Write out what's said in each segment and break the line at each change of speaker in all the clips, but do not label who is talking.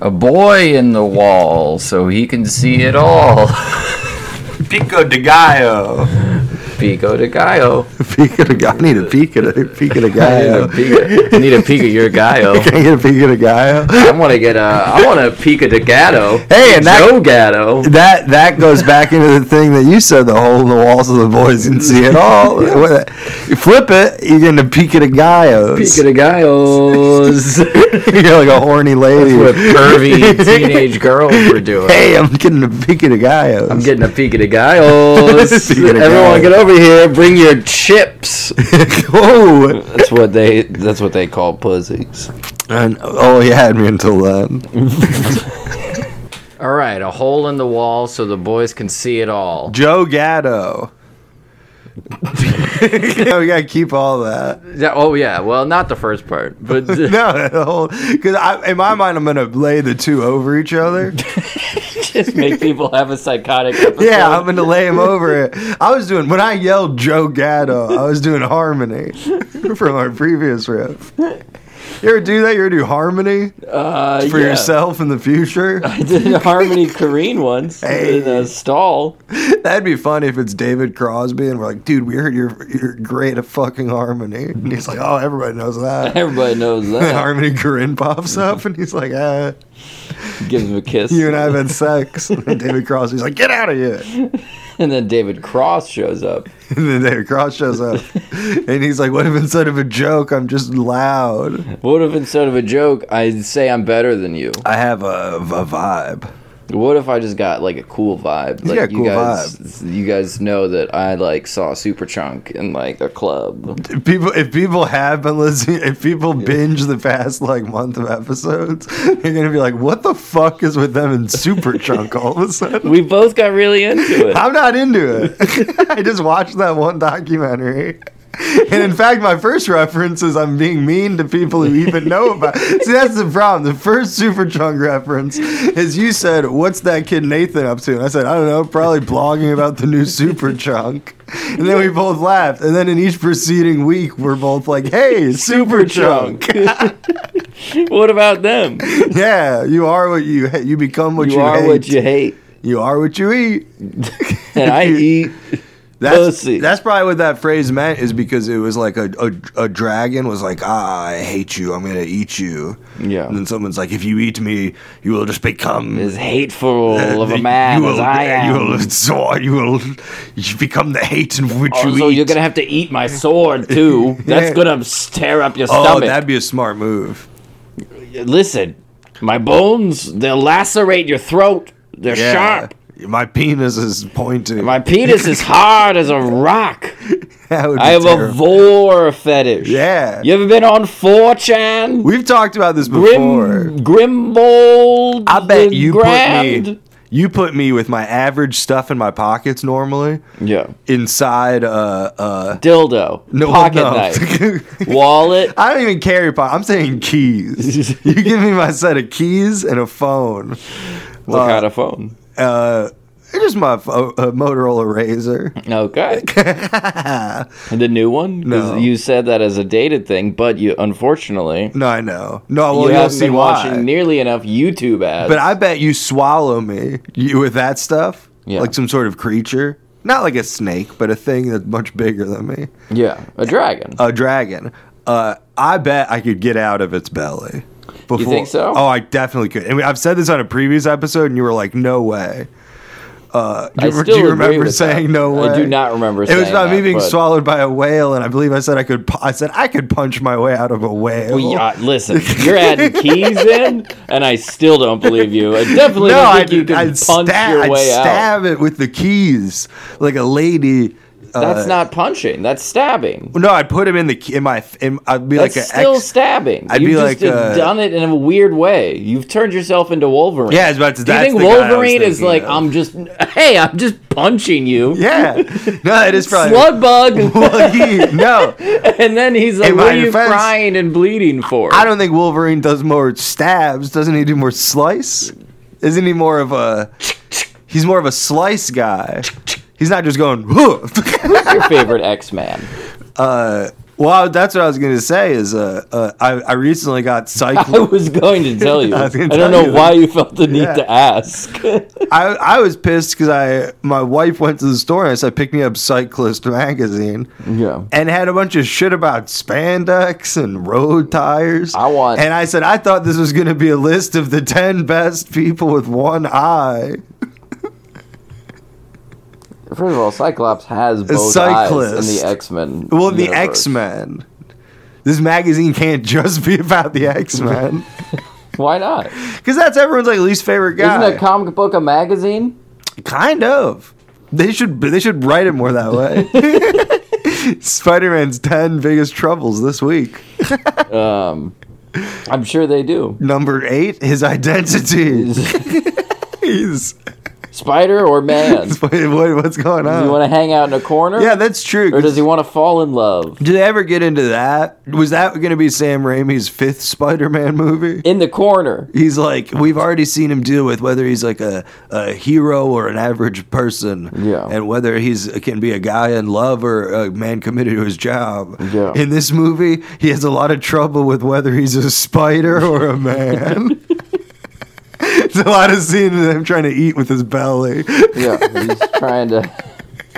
a boy in the wall so he can see it all.
Pico de Gallo.
Pico de Gallo.
Pico de guy. I need a pico de pico de
I need
guy.
a pico, I need a pico your Gallo.
Can I get a pico de guy?
I want to get a. I want a pico de Gato.
Hey, and that-
Joe Gatto.
That that goes back into the thing that you said. The hole in the walls of the boys can see it all. What- you flip it, you get into pico de gallos.
Pico de Gallos. That's
You're like a horny lady.
what pervy teenage girls were doing.
hey, I'm getting a pico de gallos.
I'm getting a pico de Gallos.
Pico
Everyone,
de Gallos.
get over here. Bring your chips.
oh,
That's what they. That's what they call pussies.
and, oh, he had me until then.
All right, a hole in the wall so the boys can see it all.
Joe Gatto. Yeah, we gotta keep all that.
Yeah, oh yeah, well not the first part, but
No, the whole because in my mind I'm gonna lay the two over each other.
just make people have a psychotic. Episode.
Yeah, I'm gonna lay them over it. I was doing when I yelled Joe Gatto, I was doing harmony from our previous rip. You ever do that? You ever do harmony
Uh,
for
yeah.
yourself in the future?
I did a Harmony Korine once in a stall.
That'd be funny if it's David Crosby and we're like, dude, we heard you're you're great at fucking harmony. And he's like, oh, everybody knows that.
Everybody knows
And
that.
Harmony Corinne pops up and he's like, uh,
Gives him a kiss.
you and I have had sex. And David Crosby's like, get out of here.
And then David Cross shows up.
And then David Cross shows up and he's like, what if instead of a joke, I'm just loud?
What if instead of a joke, I say I'm better than you?
I have a, a vibe.
What if I just got like a cool vibe? Like
got a cool
guys, you guys know that I like saw Superchunk in like a club.
If people, if people have been listening, if people binge the past like month of episodes, they're gonna be like, "What the fuck is with them in Super Chunk all of a sudden?"
We both got really into it.
I'm not into it. I just watched that one documentary. And in fact, my first reference is I'm being mean to people who even know about. See, that's the problem. The first Super Chunk reference is you said, "What's that kid Nathan up to?" And I said, "I don't know, probably blogging about the new Super Chunk." And then we both laughed. And then in each preceding week, we're both like, "Hey, Super Chunk,
what about them?
yeah, you are what you ha- you become what you,
You are
hate.
what you hate,
you are what you eat."
and I eat.
That's,
Pussy.
that's probably what that phrase meant is because it was like a, a, a dragon was like, ah, I hate you. I'm going to eat you.
Yeah.
And then someone's like, if you eat me, you will just become.
As hateful of a
you
man
will-
as I am.
You will, so you will you become the hate in which
Oh,
you
so
eat.
you're gonna have to eat my sword too. That's gonna tear up your
oh,
stomach.
that'd be a smart move.
Listen, my bones—they'll lacerate your throat. They're
Yeah.
sharp.
My penis is pointed.
My penis is hard as a rock.
that would be
I have a
terrible.
vor fetish.
Yeah.
You ever been on 4chan?
We've talked about this before.
Grim, Grimbold.
I bet
the
you
Grand?
put me. You put me with my average stuff in my pockets normally.
Yeah.
inside uh uh
Dildo. pocket
no.
knife. Wallet.
I don't even carry pocket. I'm saying keys. you give me my set of keys and a phone.
What kind of phone?
Uh, just my pho- uh, Motorola Ah, Razor.
Okay. the new one? 'Cause
No.
You said that as a dated thing, but you unfortunately
No, I know. No, well,
you
you will
haven't
see
been watching E
why.
nearly enough YouTube ads.
But I bet you swallow me you, with that stuff,
Yeah.
like some sort of creature, not like a snake, but a thing that's much bigger than me,
yeah, a dragon.
a dragon. Uh, I bet I could get out of its belly. Before.
think so?
Oh, I definitely could. And I've said this on a previous episode, and you were like, "No way." Uh, Do
I
you,
still
do you
agree
remember
with
saying
that.
no way?
I do not remember.
It was about
that,
me being
but-
swallowed by a whale, and I believe I said I could. pu- I said I could punch my way out of a whale.
Well, yeah, uh, listen, you're adding keys in, and I still don't believe you. I definitely
no,
don't think
I'd,
you can
I'd
punch
stab,
your
I'd
way out.
stab it with the keys like a lady. uh,
That's not punching. That's stabbing.
No, I'd put him in the key- in my. In, I'd be
That's
like an
still
ex.
stabbing.
I'd
You've
be
just
like, uh,
done it in a weird way. You've turned yourself into Wolverine.
yeah, I was about to.
Do you
that's
think
the guy I was
Wolverine is
thinking
like,
of.
I'm just, hey, I'm just punching you,
Yeah, no, it is probably.
slug bug,
Well, he- no,
and then he's like,
In
what
my
are you
defense,
crying and bleeding for?
I don't think Wolverine does more stabs. Doesn't he do more slice? Isn't he more of a? He's more of a slice guy. He's not just going. "Huh."
Who's your favorite X Man?
uh, Well, that's what I was going to say. Is uh, uh, I, I recently got
I
psyched.
was going to tell you.
I
I,
was gonna tell
don't know
you.
why you felt the need
Yeah.
to ask.
I, I was pissed because I my wife went to the store and I said, "Pick me up Cyclist magazine,"
yeah.
and had a bunch of shit about spandex and road tires.
I want-
And I said, I thought this was going to be a list of the ten best people with one eye.
First of all, Cyclops has both eyes in
cyclist.
the X Men.
Well, the X Men. This magazine can't just be about the X Men
Why not?
because that's everyone's like least favorite guy.
Isn't a comic book a magazine?
Kind of. They should they should write it more that way. Spider Man's ten biggest troubles this week.
Um, I'm sure they do.
Number eight, his identity. He's
Spider or man? Does
what, what's going
he want
on?
to hang out in a corner?
Yeah, that's true.
Or does he want to fall in love
Did they ever get into that? Was that going to be Sam Raimi's fifth Spider Man movie?
in the corner?
He's like, we've already seen him deal with whether he's like a, a hero or an average person,
Yeah.
and whether he's can be a guy in love or a man committed to his job.
Yeah.
In this movie, he has a lot of trouble with whether he's a spider or a man. It's a lot of scenes of him trying to eat with his belly.
Yeah, he's trying to.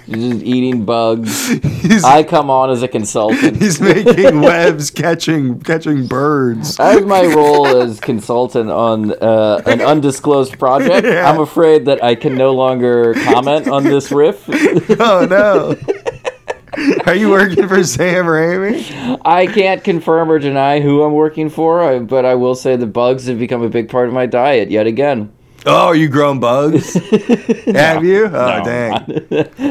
He's just eating bugs.
He's,
I come on as a consultant.
he's making webs, catching catching birds.
As my role as consultant on uh, an undisclosed project, I'm afraid that I can no longer comment on this riff.
Oh no! Are you working for Sam Raimi?
I can't confirm or deny who I'm working for, I- but I will say the bugs have become a big part of my diet yet again.
Oh, you grown bugs? Have you? Oh, dang.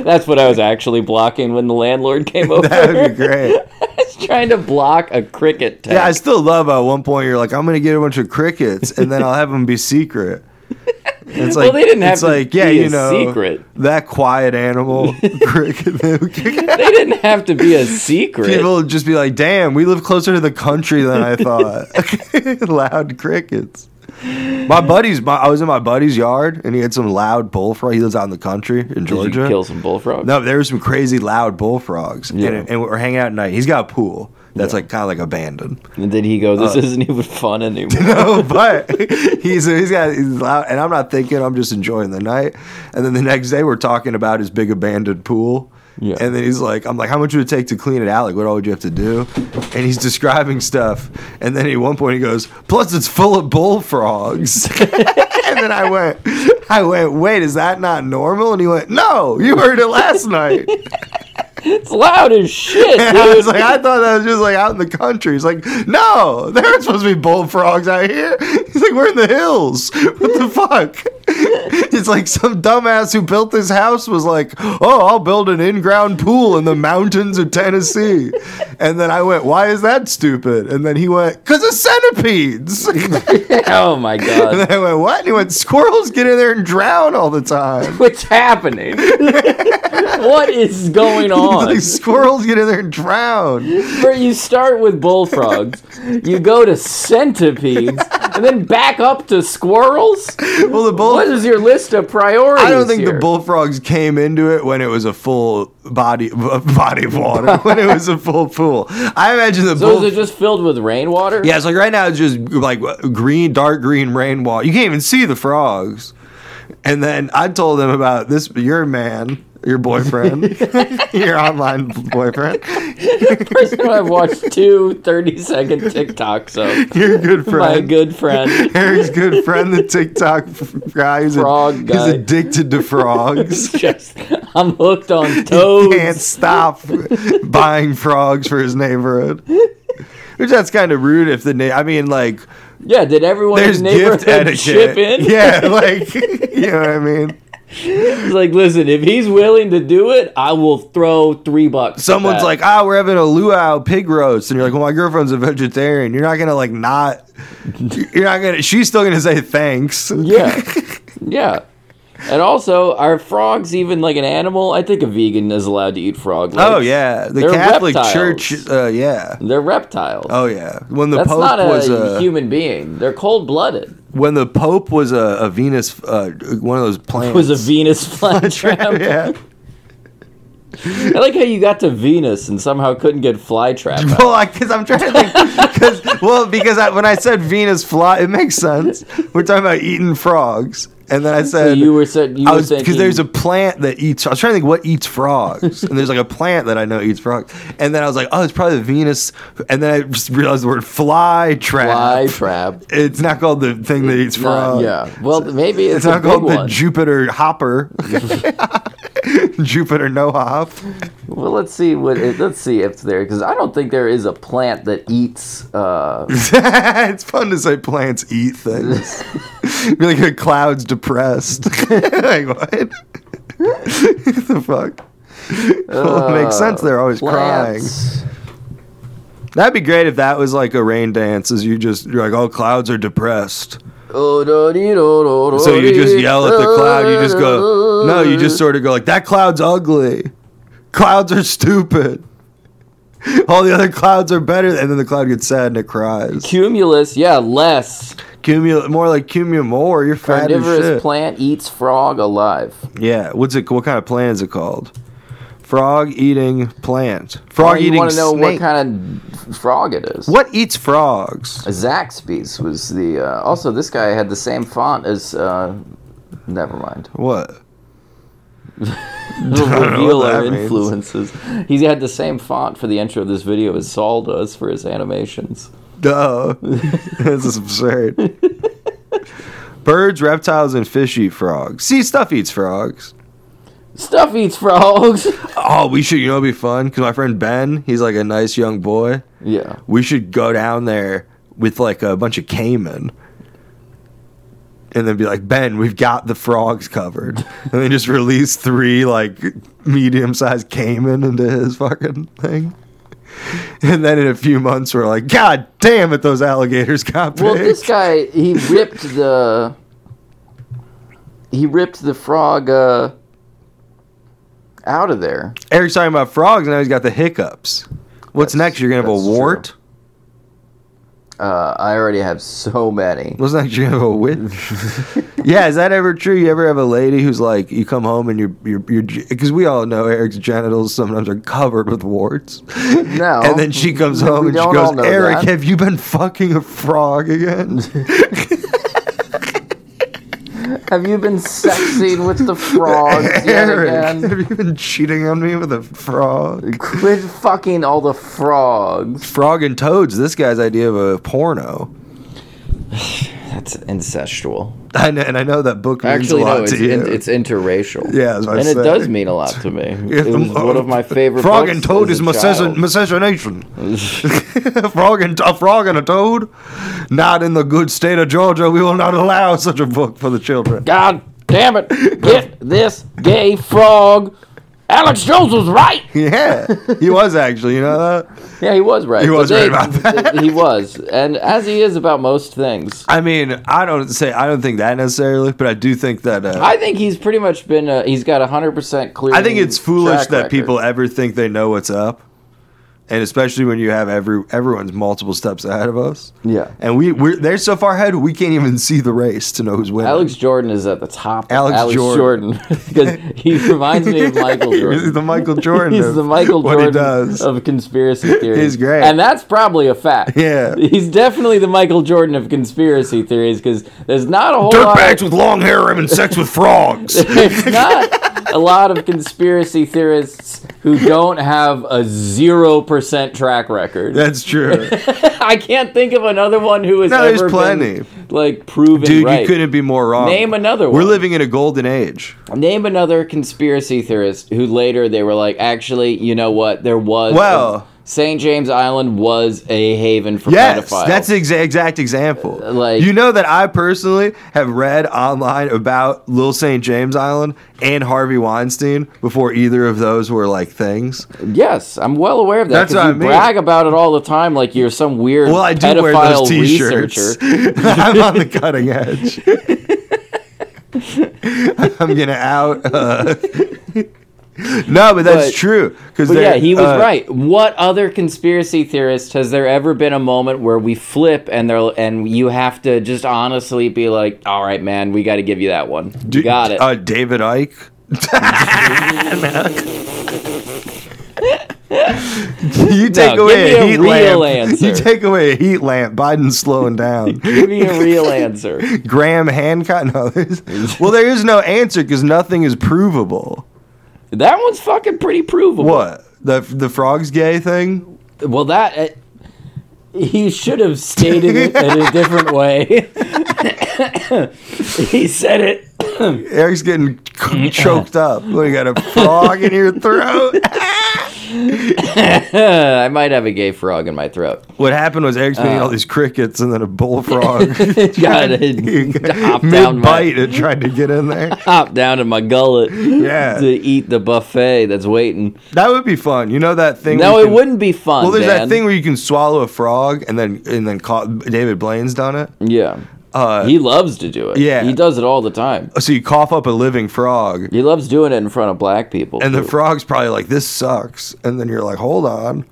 That's what I was actually blocking when the landlord came over.
That would be great.
I was trying to block a cricket tag.
Yeah, I still love at one point you're like, I'm going to get a bunch of crickets and then I'll have them be secret. It's like,
Well, they didn't have
it's
to
like, yeah,
be
you
a
know,
secret.
that quiet animal cricket.
they didn't have to be a secret.
People would just be like, damn, we live closer to the country than I thought. loud crickets. My buddies, my, I was in my buddy's yard and he had some loud bullfrog. He lives out in the country in
Did you
Georgia.
kill some bullfrogs?
No, there were some crazy loud bullfrogs.
Yeah.
And, and we're hanging out at night. He's got a pool that's like kind of like abandoned.
And then he goes,
Uh.
"This isn't even fun anymore."
no, but he's he's got he's loud, and I'm not thinking. I'm just enjoying the night. And then the next day, we're talking about his big abandoned pool.
Yeah.
And then he's like, I'm like, how much would it take to clean it out? Like, what all would you have to do? And he's describing stuff. And then at one point he goes, plus it's full of bullfrogs. and then I went, I went, wait, is that not normal? And he went, no, you heard it last night.
it's loud as shit,
And I was
dude.
like, I thought that was just like out in the country. He's like, no, there aren't supposed to be bullfrogs out here. He's like, we're in the hills. What the fuck? It's like some dumbass who built this house was like, oh, I'll build an in ground pool in the mountains of Tennessee. And then I went, why is that stupid? And then he went, because of centipedes. and
oh my god,
then I went, what? And he went, squirrels get in there and drown all the time.
what's happening? what is going
He's
on?
like, squirrels get in there and drown.
Where you start with bullfrogs, you go to centipedes, and then back up to squirrels.
Well, the bull.
What is your list of priorities?
I don't think
here?
the bullfrogs came into it when it was a full body body of water when it was a full pool. I imagine the
Those
bull.
are just filled with rainwater.
yeah, it's like right now it's just like green, dark green rainwater. You can't even see the frogs. And then I told them about this. Your man, your boyfriend, your online boyfriend,
Person I've watched two 30 second TikToks of.
your good
My
friend.
good friend.
Eric's good friend, the TikTok f- guy, who's, a-
Frog
who's
guy.
addicted to frogs.
Just, I'm hooked on
He can't
toads.
stop buying frogs for his neighborhood. Which that's kind of rude if the na- I mean like
Yeah, did everyone
there's
in the neighborhood
gift etiquette.
chip in?
Yeah, like you know what I mean.
It's like, listen, if he's willing to do it, I will throw three bucks. at
Someone's
that.
like, "Ah, we're having a luau pig roast," and you're like, "Well, my girlfriend's a vegetarian." You're not gonna like not. You're not gonna. She's still gonna say thanks.
yeah, yeah. And also, are frogs even like an animal? I think a vegan is allowed to eat frog legs.
Oh yeah, the
They're
Catholic
reptiles.
Church. Uh, yeah.
They're reptiles.
Oh yeah. When the
That's
Pope
not a
was uh, a
human being. They're cold blooded.
when the Pope was a, a Venus, uh, one of those planets
Was a Venus flytrap.
yeah.
I like how you got to Venus and somehow couldn't get flytrap. out.
Well, because I'm trying to think. Cause, well, because I, when I said Venus fly, it makes sense. We're talking about eating frogs, and then I
So
said
you were said you
I
were
was because
thinking-
there's a plant that eats. I was trying to think what eats frogs, and there's like a plant that I know eats frogs. And then I was like, oh, it's probably the Venus. And then I just realized the word fly trap.
fly trap.
It's not called the thing that eats
Uh,
frogs.
yeah. Well, maybe it's,
It's
a
not
big
called the
one.
Jupiter hopper. Jupiter no hop.
well, let's see what. It, let's see if there because I don't think there is a plant that eats. Uh,
it's fun to say plants eat things. really good clouds depressed. like what? the fuck? well, it makes sense. They're always crying.
plants.
That'd be great if that was like a rain dance. Is you just you're like, oh, clouds are depressed.
Oh,
So
So
you just yell at the cloud. You just go, no, you just sort of go like, that cloud's ugly. Clouds are stupid. All the other clouds are better, and then the cloud gets sad and it cries.
Cumulus, yeah, less
Cumul, more like cumul more. You're fat as shit.
carnivorous plant eats frog alive.
Yeah. What's it? What kind of plant is it called? Frog eating plant.
Oh,
Frog
you
eating
want to know what
snake.
kind of frog it is?
What eats frogs?
Zaxby's was the. Uh, also, this guy had the same font as. Uh, never mind.
What?
The
know
reveal
what that
our
means.
influences. He had the same font for the intro of this video as Saul does for his animations.
Duh. this is absurd. Birds, reptiles, and fish eat frogs. See, stuff eats frogs.
Stuff eats frogs.
Oh, we should. You know, it'd be fun because my friend Ben, he's like a nice young boy.
yeah.
We should go down there with like a bunch of caiman. And then be like, Ben, we've got the frogs covered. And then just release three like medium sized caiman into his fucking thing. And then in a few months we're like, God damn it, those alligators got big.
Well, this guy he ripped the. He ripped the frog uh, out of there.
Eric's talking about frogs, now he's got the hiccups. What's
That's-
next? You're gonna have a
that's true.
wart?
Uh, I already have so many.
What's next? You're gonna have a wit? yeah, is that ever true? You ever have a lady who's like, you come home and you're you're because we all know Eric's genitals sometimes are covered with warts.
No.
And then she comes
We
home and she
don't all
goes,
know
Eric,
that."
have you been fucking a frog again?
Have you been sexing with the frogs yet
Eric,
again?
have you been cheating on me with a frog?
Quit fucking all the frogs.
Frog and toads. This guy's idea of a porno.
That's incestual.
I know, and I know that book means
Actually,
a lot
no, it's,
to you.
in, it's interracial.
yeah, that's what I
and it
said.
does mean a lot to me. It was one of my favorite.
Frog
books
and toad
as
is
a
my
child.
assassination. frog and a frog and a toad. Not in the good state of Georgia. We will not allow such a book for the children.
God damn it! Get this gay frog. Alex Jones was right.
Yeah, he was actually. You know that.
Yeah, he was right.
He
But
was right about that.
He was, and as he is about most things,
I mean, I don't say I don't think that necessarily, but I do think that. Uh, I,
I think he's pretty much been. Uh, he's got a hundred percent clear.
think it's foolish
track
that
record.
people ever think they know what's up, and especially when you have every everyone's multiple steps ahead of us.
Yeah.
And we we're they're so far ahead we can't even see the race to know who's winning.
Alex Jordan is at the top. of
Alex
Alex
Jordan.
Jordan, because he reminds me of Michael Jordan.
He's the Michael Jordan.
He's
of
the Michael
what
Jordan
he does.
of conspiracy theories.
He's great.
And that's probably a fact.
Yeah.
He's definitely the Michael Jordan of conspiracy theories because there's not a whole lot
with long hair having sex with frogs.
there's not a lot of conspiracy theorists who don't have a 0% track record.
That's true.
I can't think of another one who has
No, there's
ever
plenty.
been like proven
Dude,
right.
you couldn't be more wrong.
Name another
We're
one.
living in a golden age.
Name another conspiracy theorist who later they were like, actually, you know what? There was.
Well-
St. James Island was a haven for
Yes,
pedophiles.
that's the exa- exact example.
Uh, like-
you know that I personally have read online about Little St. James Island and Harvey Weinstein before either of those were like things.
yes, I'm well aware of that.
That's
'cause
what
you
I mean.
brag about it all the time, like you're some weird
Well, I do
pedophile
wear those
researcher.
t-shirts. I'm on the cutting edge. I'm gonna out. Uh, no, but that's
But-
true. uh, Because
But yeah, he was right. What other conspiracy theorist has there ever been a moment where we flip and they and you have to just honestly be like, all right, man, we got to give you that one. You got it.
Uh, David Ike. You take
give
away
me
a
a
heat
real
lamp.
answer.
You take away a heat lamp. Biden's slowing down.
Give me a real answer.
Graham Hancock. No, there's, well, there is no answer because nothing is provable.
That one's fucking pretty provable.
What the the frogs gay thing?
Well, that uh, he should have stated it in a different way. he said it.
Eric's getting c- choked up. What, you got a frog in your throat?
Uh, I might have a gay frog in my throat.
What happened was Eric's been eating all these crickets and then a bullfrog
Got it. Hop down
mid
my
bite it tried to get in there.
hop down to my gullet.
Yeah.
To eat the buffet that's waiting.
That would be fun. You know that thing?
No,
we
it
can-
wouldn't be fun.
Well, there's that
Dan.
thing where you can swallow a frog and then and then call, David Blaine's done it.
Yeah.
Uh,
he loves to do it.
yeah.
He does it all the time.
so you cough up a living frog,
He loves doing it in front of black people.
and the frog's probably like, "This sucks," and then you're like, "Hold on."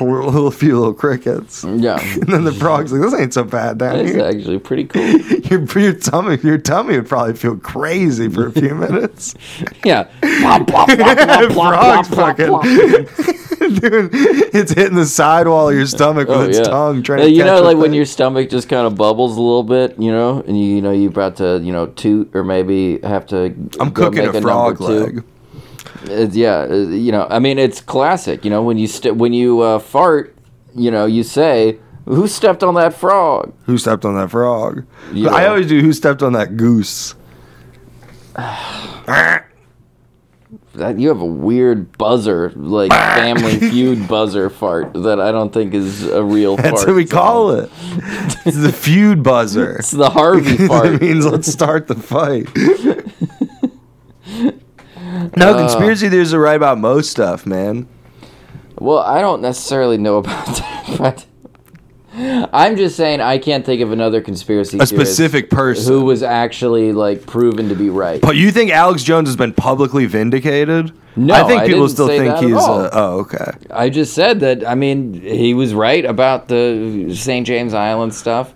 A little a few little crickets, and
yeah.
then the frog's like, "This ain't so bad down
That's
here."
actually pretty cool.
Your, your tummy, your tummy would probably feel crazy for a few minutes.
Yeah. Plop, plop, plop, plop, plop,
frog's
plop,
fucking
plop.
Dude, it's hitting the sidewall of your stomach with its tongue trying
Uh,
to
you
catch
know
the
like when
thing.
your stomach just kind of bubbles a little bit you know and you, you know you're about to you know toot or maybe have to
I'm
go
cooking
make
a
number
frog
two.
leg.
It's- yeah uh, you know i mean it's classic you know when you st- when you uh, fart you know you say who stepped on that frog
Who stepped on that frog?
You
I
know.
always do. Who stepped on that goose?
that you have a weird buzzer like family feud buzzer fart that i don't think is a real
That's
fart
what we call it. It's the feud buzzer.
it's the harvey
it
fart
means let's start the fight. no, conspiracy theories are right about most stuff, man.
Well, I don't necessarily know about that, but I'm just saying I can't think of another conspiracy
A
theorist
specific person.
who was actually like proven to be right.
But you think Alex Jones has been publicly vindicated?
No,
I think
I
people
didn't
still
say
think
that at
he's.
all.
A, oh, okay.
I just said that. I mean, he was right about the St. James Island stuff.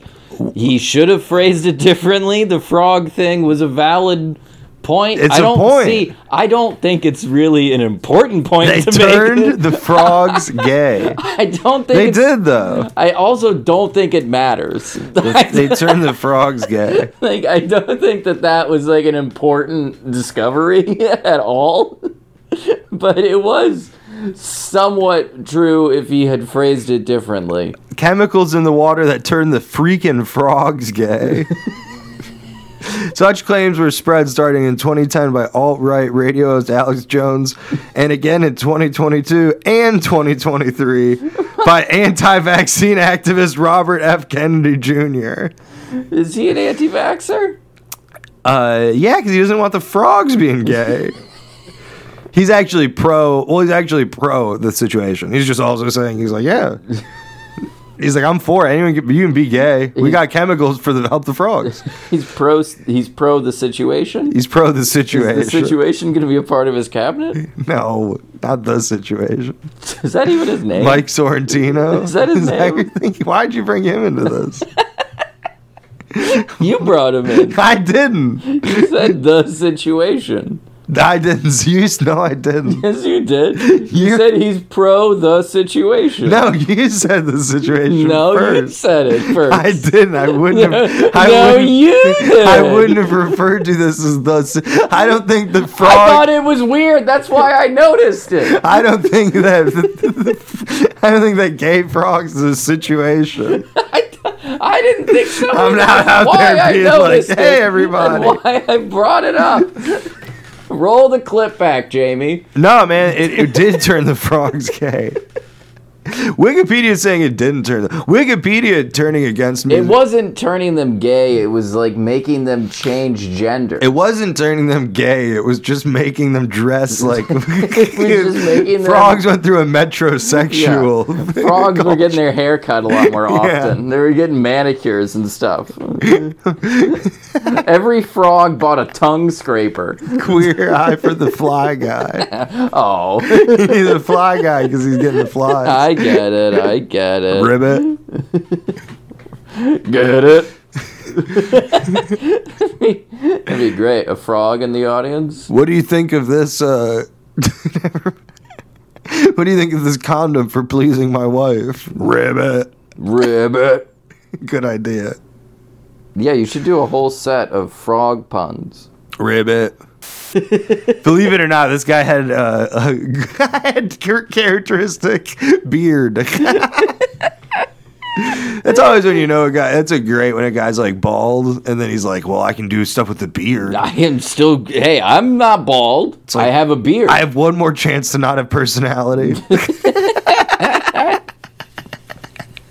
He should have phrased it differently. The frog thing was a valid point.
It's
I
a
don't
point.
see. I don't think it's really an important point
They
to make.
turned the frogs gay.
I don't think
They
it's-
did though.
I also don't think it matters.
They turned the frogs gay.
Like I don't think that that was like an important discovery at all, but it was somewhat true if he had phrased it differently.
chemicals in the water that turn the freaking frogs gay. Such claims were spread starting in 2010 by alt right radio host Alex Jones, and again in 2022 and 2023 by anti vaccine activist Robert F. Kennedy Jr.
Is he an anti-vaxxer?
Uh, yeah, because he doesn't want the frogs being gay. He's actually pro. Well, he's actually pro the situation. He's just also saying he's like, yeah. He's like, I'm for it. anyone. Can, you can be gay. We got chemicals for the help the frogs.
He's pro. He's pro the situation.
He's pro the
Is the
situation.
situation going to be a part of his cabinet?
no, not the situation.
Is that even his name?
Mike Sorrentino.
Is that his name?
your thing? why'd you bring him into this?
you brought him in.
I didn't.
You said the situation.
I didn't. You no, I didn't.
Yes, you did. You,
You-
said he's pro the situation.
No, you said the situation.
no, you
first.
said it first.
I didn't. I wouldn't have. I
no,
wouldn't,
you did.
I wouldn't have referred to this as the. I don't think the frog.
I
I,
thought it was weird. That's why I noticed it.
don't think that. I don't think that gay frogs is a situation.
I, th- I didn't think so.
I'm not
That's
out
why
there
I
being like,
noticed it
"Hey, everybody."
and Why I brought it up. Roll the clip back, Jamie.
No, man, it, it did turn the frogs gay. Wikipedia is saying it didn't turn. The, Wikipedia turning against me.
It wasn't turning them gay. It was like making them change gender.
It wasn't turning them gay. It was just making them dress like
just making them-
frogs went through a metrosexual.
Frogs were getting their hair cut a lot more often. They were getting manicures and stuff. Every frog bought a tongue scraper.
queer eye for the fly guy.
Oh,
he's a fly guy because he's getting the flies.
I get it. I get it.
Ribbit.
Get it? That'd be great. A frog in the audience.
What do you think of this? Uh, What do you think of this condom for pleasing my wife? Ribbit.
Ribbit.
Good idea.
Yeah, you should do a whole set of frog puns.
Ribbit. Believe it or not, this guy had uh, a had char- characteristic beard. That's always when you know a guy. That's a great when a guy's like bald, and then he's like, "Well, I can do stuff with the beard.
I am still. Hey, I'm not bald.
like-
I have a beard.
I have one more chance to not have personality."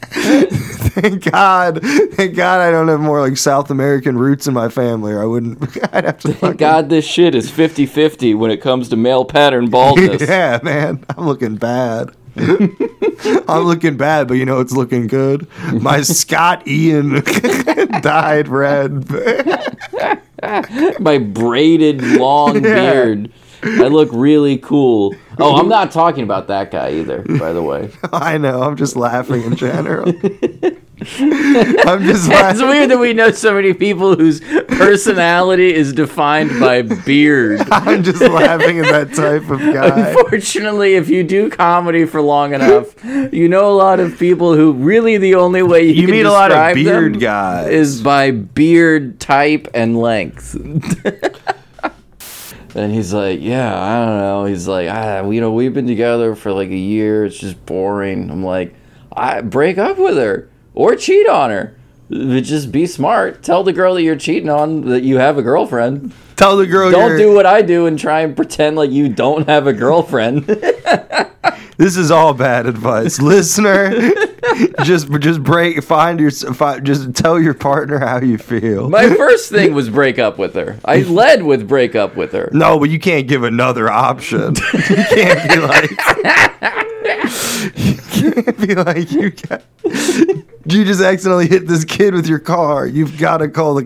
thank God, thank God, I don't have more like South American roots in my family, or I wouldn't. I'd have to.
Thank
fucking-
God this shit is 50 50 when it comes to male pattern baldness.
Yeah, man, I'm looking bad. I'm looking bad, but you know it's looking good. My Scott Ian dyed red.
My braided long beard. I look really cool. Oh, I'm not talking about that guy either, by the way.
I know. I'm just laughing in general. I'm just
It's
laughing.
weird that we know so many people whose personality is defined by beard.
I'm just laughing at that type of guy.
Unfortunately, if you do comedy for long enough, you know a lot of people who really the only way you,
You
can
meet a lot of
describe
beard
them
guys.
is by beard type and length. and he's like, "Yeah, I don't know." He's like, "Ah, you know, we've been together for like a year. It's just boring." I'm like, "I break up with her or cheat on her." But Just be smart. Tell the girl that you're cheating on that you have a girlfriend.
Tell the girl
Don't
you're-
do what I do and try and pretend like you don't have a girlfriend.
This is all bad advice, listener. just, just break. Find your. Find, just tell your partner how you feel.
My first thing was break up with her. I led with break up with her.
No, but you can't give another option. you can't be like, you can't be like, you got, you just accidentally hit this kid with your car. You've got to call the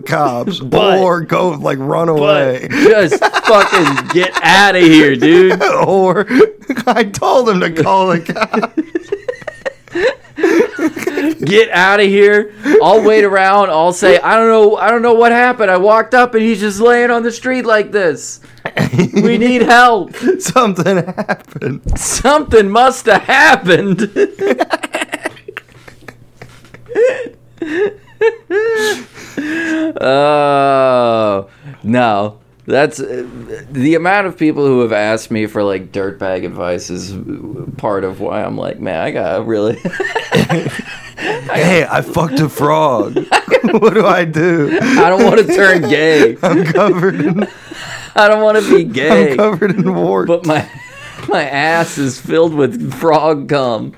cops
But-
or go like run away.
Just fucking get out of here, dude.
Or I told him to call the cops.
Get out of here. I'll wait around. I'll say, I don't know, I don't know what happened. I walked up and he's just laying on the street like this. We need help.
Something happened.
Something must have happened. Oh no, that's the amount of people who have asked me for like dirtbag advice is part of why I'm like, man, I got really.
Hey, I fucked a frog. what do I do?
I don't want to turn gay.
I'm covered in
I don't want to be gay.
I'm covered in warts.
But my my ass is filled with frog cum.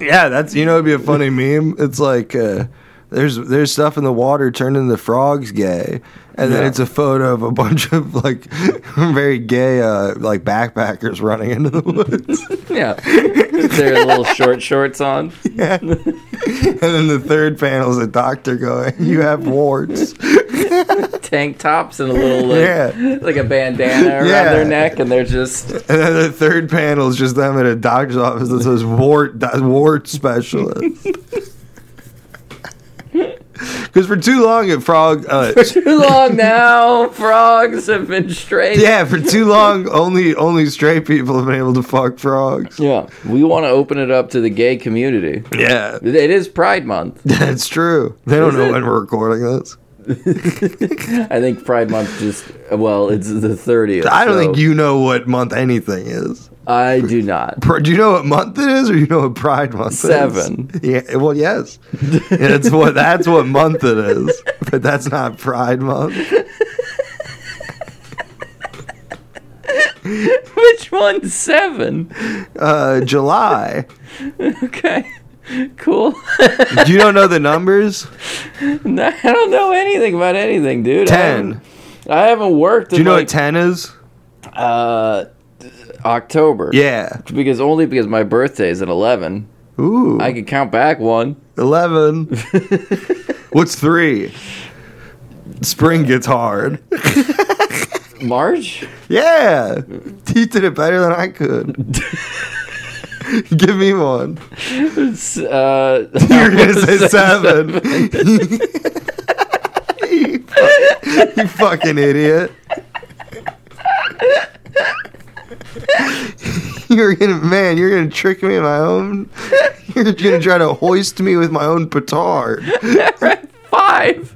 Yeah, that's you know it'd be a funny meme. It's like uh, there's there's stuff in the water turning the frogs gay, and then it's a photo of a bunch of like very gay uh, like backpackers running into the woods.
Yeah, they're little short shorts on.
and then the third panel is a doctor going, "You have warts."
tank tops and a little like,
Yeah.
like a bandana around
Yeah.
their neck, and they're just
And then the third panel is just them at a doctor's office that says wart do- wart specialist. Because for too long at frog. Uh,
too long now. Frogs have been straight.
Yeah, for too long, only only straight people have been able to fuck frogs.
Yeah, we want to open it up to the gay community.
Yeah,
It is Pride Month.
that's true. They don't
Is
know
it?
when we're recording this.
I think Pride Month just well, it's the thirtieth.
I don't think you know what month anything is.
I do not.
Pr- Do you know what month it is, or you know what Pride Month
Seven.
is? Yeah. Well, yes. it's what that's what month it is, but that's not Pride Month.
Which one's seven?
Uh, July.
Okay, cool.
You don't know the numbers.
No, I don't know anything about anything, dude. I
Ten.
haven't- I haven't worked.
Do you know what ten is?
Uh, October.
Yeah.
because only because my birthday is at 11
Ooh.
i could count back one
Eleven. What's three? Spring gets hard.
march
Yeah, he did it better than I could. Give me one.
S- uh,
You're gonna say seven. you, fuck- you fucking idiot. You're gonna, man, you're gonna trick me in my own. You're gonna try to hoist me with my own petard.
Five.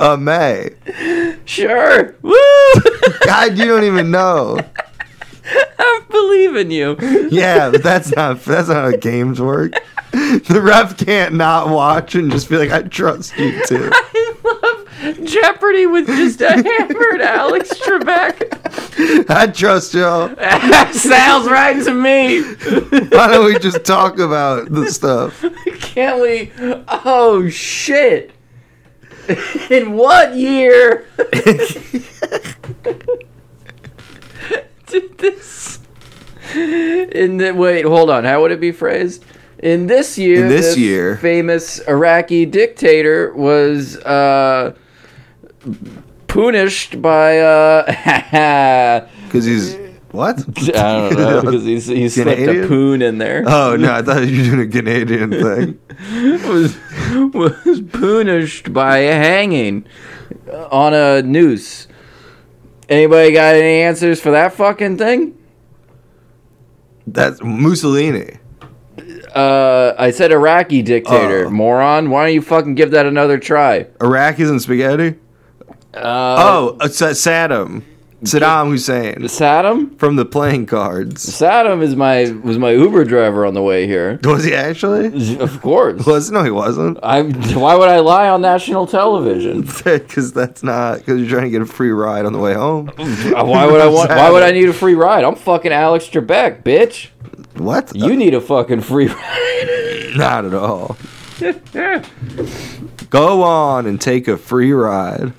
Uh, May.
Sure. Woo!
God, you don't even know.
I believe in you.
Yeah, but that's not that's not how games work. The ref can't not watch and just be like, I trust you too.
I love Jeopardy with just a hammered Alex Trebek.
I trust y'all.
Sounds right to me.
Why don't we just talk about the stuff?
Can't we? Oh shit! In what year did this? In the wait, hold on. How would it be phrased? In this year,
In this year.
famous Iraqi dictator was uh, punished by uh,
Because he's what?
I don't know because he, he slipped a
idiot?
poon in there.
Oh no, I thought you were doing a Canadian thing.
was was punished by hanging on a noose. Anybody got any answers for that fucking thing?
That's Mussolini.
Uh, I said Iraqi dictator,
Oh.
moron. Why don't you fucking give that another try?
Iraqis and spaghetti.
Uh,
Oh, uh, Sa- Saddam, Saddam Hussein
Saddam.
from the playing cards.
Saddam is my was my Uber driver on the way here.
Was he actually?
Of course.
Was no, he wasn't.
I, why would I lie on national television?
Because that's not because you're trying to get a free ride on the way home.
Uh, Why would I want? Why would I need a free ride? I'm fucking Alex Trebek, bitch.
What? Uh,
You need a fucking free ride.
Not at all. Go on and take a free ride.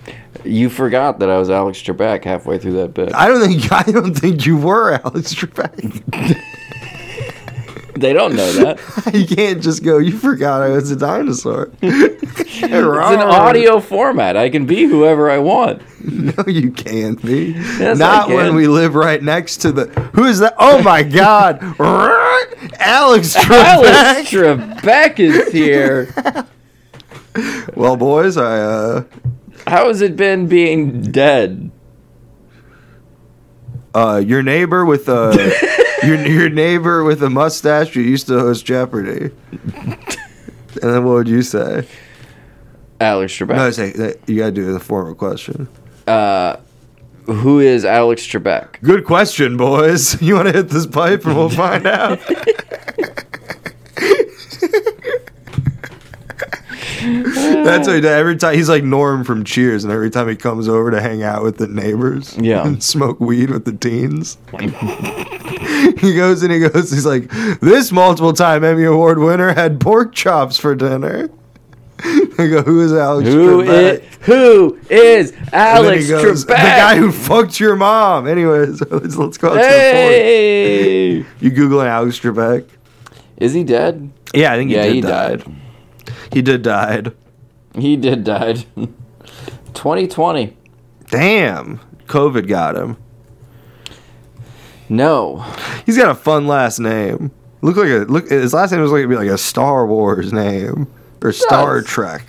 You forgot that I was Alex Trebek halfway through that bit.
I don't think I don't think you were Alex Trebek.
They don't know that. it's
You can't just go. You forgot I was a dinosaur. it's
an audio format. I can be whoever I want.
No, you can't be.
I
Not
can.
when we live right next to the. Who is that? Oh my God!
Alex
Alex Trebek.
Trebek is here.
well, boys, I uh,
How has it been being dead?
uh, your neighbor with a your your neighbor with a mustache who used to host Jeopardy. And then what would you say?
Alex
No, I
Trebek.
say that you gotta do the formal question.
Uh, who is Alex Trebek?
Good question, boys. You want to hit this pipe and we'll find out. That's what he does. Every time he's like Norm from Cheers, and every time he comes over to hang out with the neighbors,
Yeah.
and smoke weed with the teens, he goes and he goes. He's like, this multiple-time Emmy Award winner had pork chops for dinner. I go, who is Alex?
Who
Trebek?"
is who is
And then he
Alex
goes,
Trebek?
The guy who fucked your mom. Anyways, let's, let's go out to
hey,
the point. You googling Alex Trebek?
is he dead?
Yeah, I think
yeah,
did
he
die.
died.
He did died.
He did died. 2020.
Damn, COVID got him.
No.
He's got a fun last name. Look like a look. His last name was like be like a Star Wars name or Star
does.
Trek.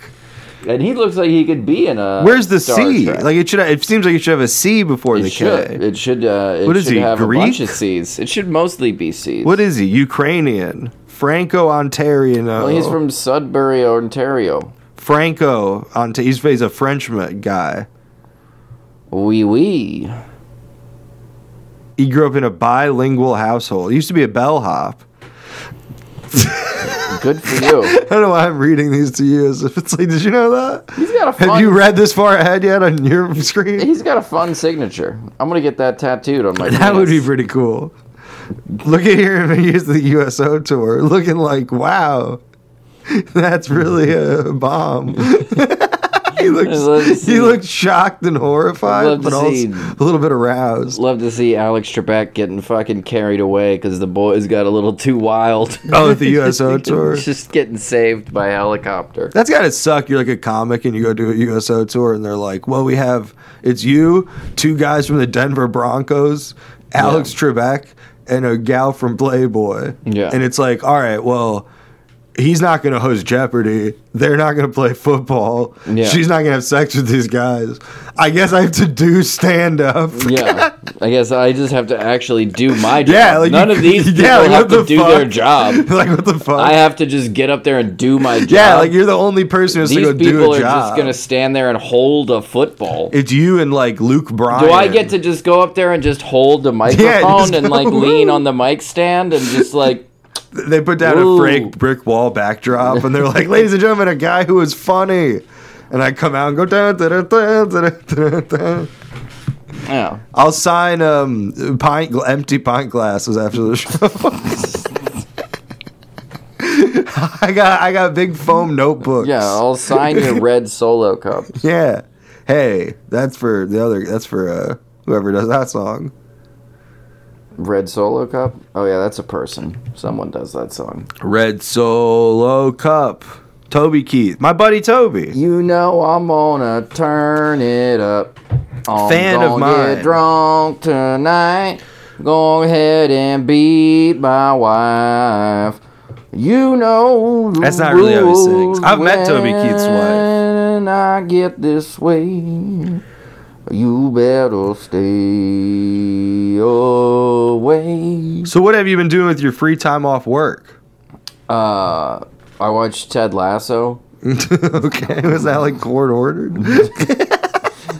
And he looks like he could be in a.
Where's the
Star
C?
Trek.
Like it should. It seems like it should have a C before the
it should.
K.
It should. Uh, it
What is
should
he,
have a bunch
Greek?
of C's. It should mostly be C's.
What is he? Ukrainian. uh, Franco Ontarian.
well, he's from Sudbury, Ontario.
Franco Ont- He's he's a Frenchman guy.
Wee wee.
He grew up in a bilingual household. He used to be a bellhop.
Good for you.
I don't know why I'm reading these to you as if it's like, did you know that?
He's got a fun.
Have you read this far ahead yet on your screen?
He's got a fun signature. I'm gonna get that tattooed on my.
That would be
penis.
pretty cool. Look at here when here's the USO tour, looking like wow, that's really a bomb. he
love to
looks
see-
he looks shocked and horrified,
love
but
to
also
see-
a little bit aroused.
Love to see Alex Trebek getting fucking carried away because the boys got a little too wild.
Oh, the USO tour.
Just getting saved by helicopter.
That's gotta suck. You're like a comic and you go do a USO tour and they're like, Well, we have it's you, two guys from the Denver Broncos, Alex Trebek, and a gal from Playboy.
Yeah.
And it's like, all right, well, he's not going to host Jeopardy. They're not going to play football.
Yeah.
She's not going to have sex with these guys. I guess I have to do stand up.
Yeah, I guess I just have to actually do my job.
Yeah, like
None
you-
of these people
yeah, like,
have
what
to
the
do
fuck?
their job.
like what the fuck?
I have to just get up there and do my job.
yeah, like you're the only person who's
these
going to go do
people
a
are
job.
just gonna stand there and hold a football.
it's you and like Luke Bryan.
Do I get to just go up there and just hold the microphone
just
and
go,
like lean
"Woo."
on the mic stand and just like
They put down
Ooh.
a fake brick wall backdrop, and they're like, "Ladies and gentlemen, a guy who is funny." And I come out and go. "Dun, dun, dun, dun, dun, dun, dun."
oh,
I'll sign um pint gl- empty pint glasses after the show. I got I got big foam notebooks.
yeah, I'll sign your red solo cup.
Yeah. Hey, that's for the other. That's for uh, whoever does that song.
Red solo cup? Oh yeah, that's a person. Someone does that song.
Red Solo Cup. Toby Keith, my buddy Toby.
You know I'm gonna turn it up. I'm
Fan of
gonna
mine.
Get drunk tonight. Go ahead and beat my wife. You know the
That's not really how he sings.
rules
I've met Toby Keith's wife.
When I get this way, you better stay away.
So, what have you been doing with your free time off work?
Uh, I watched Ted Lasso.
okay, was that like court ordered?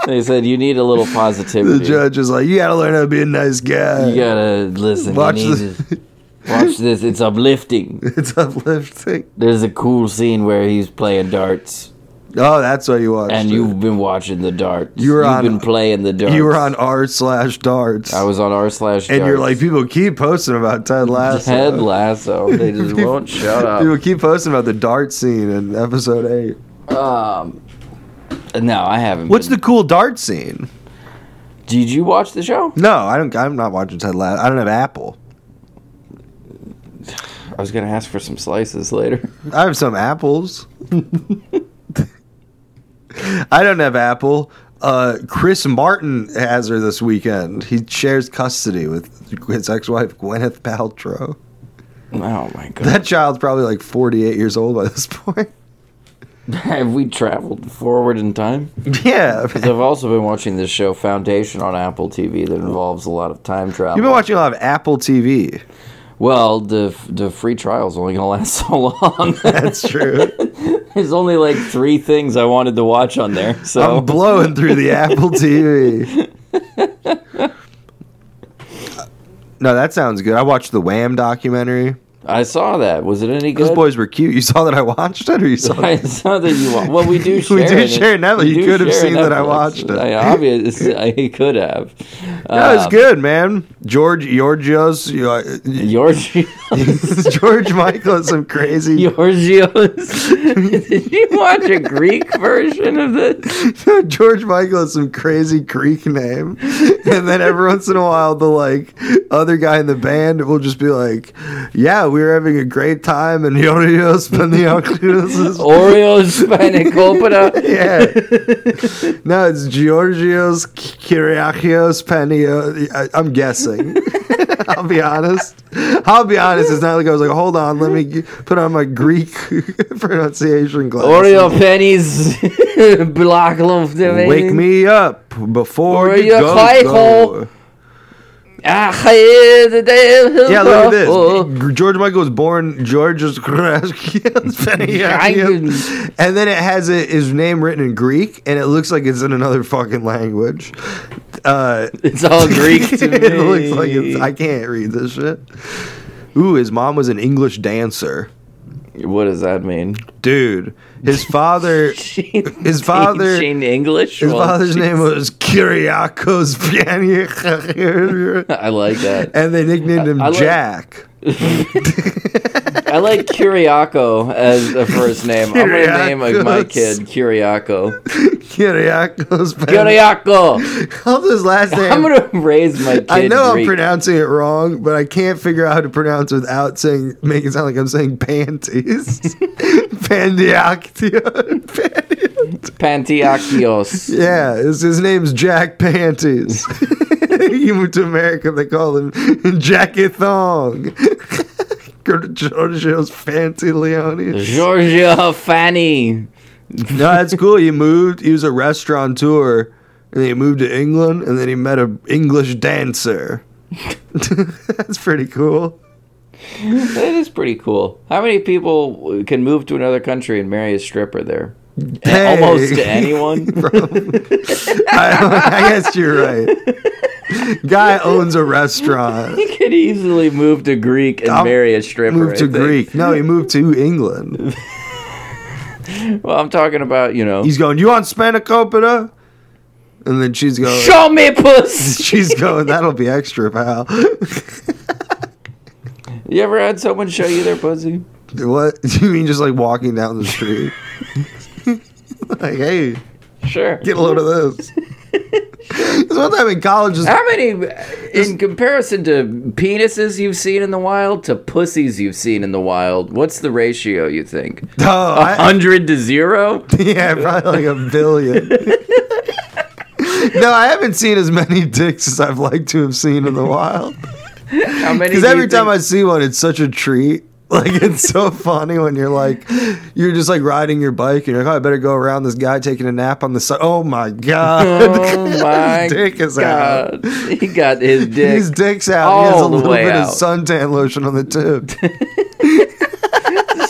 They said you need a little
the
positivity.
judge is like, you gotta learn how to be a nice guy.
You gotta listen. you
Watch
need
this.
to- watch this. It's uplifting.
it's uplifting.
There's a cool scene where he's playing darts,
Oh, that's why you watched.
and
it.
you've been watching the darts.
You were
have
on-
been playing the darts.
you were on r slash darts.
I was on r slash.
and you're like,
darts.
people keep posting about Ted Lasso.
Ted Lasso. They just won't shut up.
People keep posting about the dart scene in episode eight.
Um, no, I haven't.
What's
been.
the cool dart scene?
Did you watch the show?
No, I don't. I'm not watching Ted Lasso. I don't have Apple.
I was gonna ask for some slices later.
I have some apples. I don't have Apple. Uh, Chris Martin has her this weekend. He shares custody with his ex-wife Gwyneth Paltrow.
Oh my god!
That child's probably like 48 years old by this point.
Have we traveled forward in time?
yeah, man.
Because I've also been watching this show Foundation on Apple TV that involves a lot of time travel.
You've been watching a lot of Apple TV.
Well, the the free trial's only gonna last so long.
That's true.
There's only like three things I wanted to watch on there. So
I'm blowing through the Apple TV. no, that sounds good. I watched the Wham documentary.
I saw that. Was it any
Those
good?
boys were cute. You saw that I watched it, or you saw?
I saw that you. Wa- well, we do share.
We do
it.
share Netflix.
We
You
do
could have
share
seen that I
Netflix.
watched it.
I obvious. I could have.
That was
Um,
good, man. George Georgios, you- uh,
Georgios.
George Michael is some crazy.
Georgios. Did you watch a Greek version of this?
George Michael is some crazy Greek name, and then every once in a while, the like other guy in the band will just be like, "Yeah, we were having a great time," and Georgios Paniakos
Oh,
is.
Oreos, Spanakopita.
Yeah. No, it's Georgios Kyriakios Panio. I- I'm guessing. I'll be honest. I'll be honest. It's not like I was like, hold on, let me g- put on my Greek pronunciation glasses.
Oreo pennies, block loaf.
Wake me up before
Or
you
your
go.
clay
go.
hole. Ah, hey, the day of-
Yeah, look at this.
Oh.
G- George Michael was born Georgios Kyriakios Panayiotis. And then it has it, his name written in Greek, and it looks like it's in another fucking language. Uh,
It's all Greek to me.
it looks like it's, I can't read this shit. Ooh, his mom was an English dancer.
what does that mean?
Dude, his father
His
father-
Shane English.
his
Well,
father's name was Kyriakos Pianier.
I like that.
And they nicknamed him
I like-
Jack.
I like Kyriako as a first name. I'm gonna name like, my kid
Kyriakos.
Kyriako.
Kyriakos Panier.
Kyriako.
How's his last name?
I'm gonna raise my kid.
I know I'm
Greek.
pronouncing it wrong, but I can't figure out how to pronounce it without saying making it sound like I'm saying panties. Pandiactio. Pandiactio.
Pantiakios.
Yeah, his, his name's Jack Panties. he moved to America, they call him Jackie Thong. go to Giorgio's Fancy Leone.
Georgia Fanny.
no, that's cool. He moved. He was a restaurateur, and then he moved to England, and then he met an English dancer. that's pretty cool.
That is pretty cool. How many people can move to another country and marry a stripper there?
Hey.
Almost to anyone.
I, I guess you're right. Guy owns a restaurant.
he could easily move to Greek and
I'll
marry a stripper.
Moved
I
to
think.
Greek. No, he moved to England.
Well, I'm talking about you know.
He's going, You want spanakopita? And then she's going,
Show me puss.
She's going, That'll be extra, pal.
You ever had someone show you their pussy?
what? You mean just like walking down the street? like, hey,
Sure.
get a load of this. Because one time in college, this-
How many, uh, in comparison to penises you've seen in the wild to pussies you've seen in the wild, what's the ratio you think?
oh, I,
100 to 0?
yeah, probably like a billion. no, I haven't seen as many dicks as I've liked to have seen in the wild.
How many?
Because every time I see one, it's such a treat. Like it's so funny when you're like, you're just like riding your bike and you're like, oh, I better go around this guy taking a nap on the side. Oh my god,
Oh my
his dick is out.
god. He got his dick.
His dick's out. he has
all
a
the
little
way
bit of
out.
suntan lotion on the tip.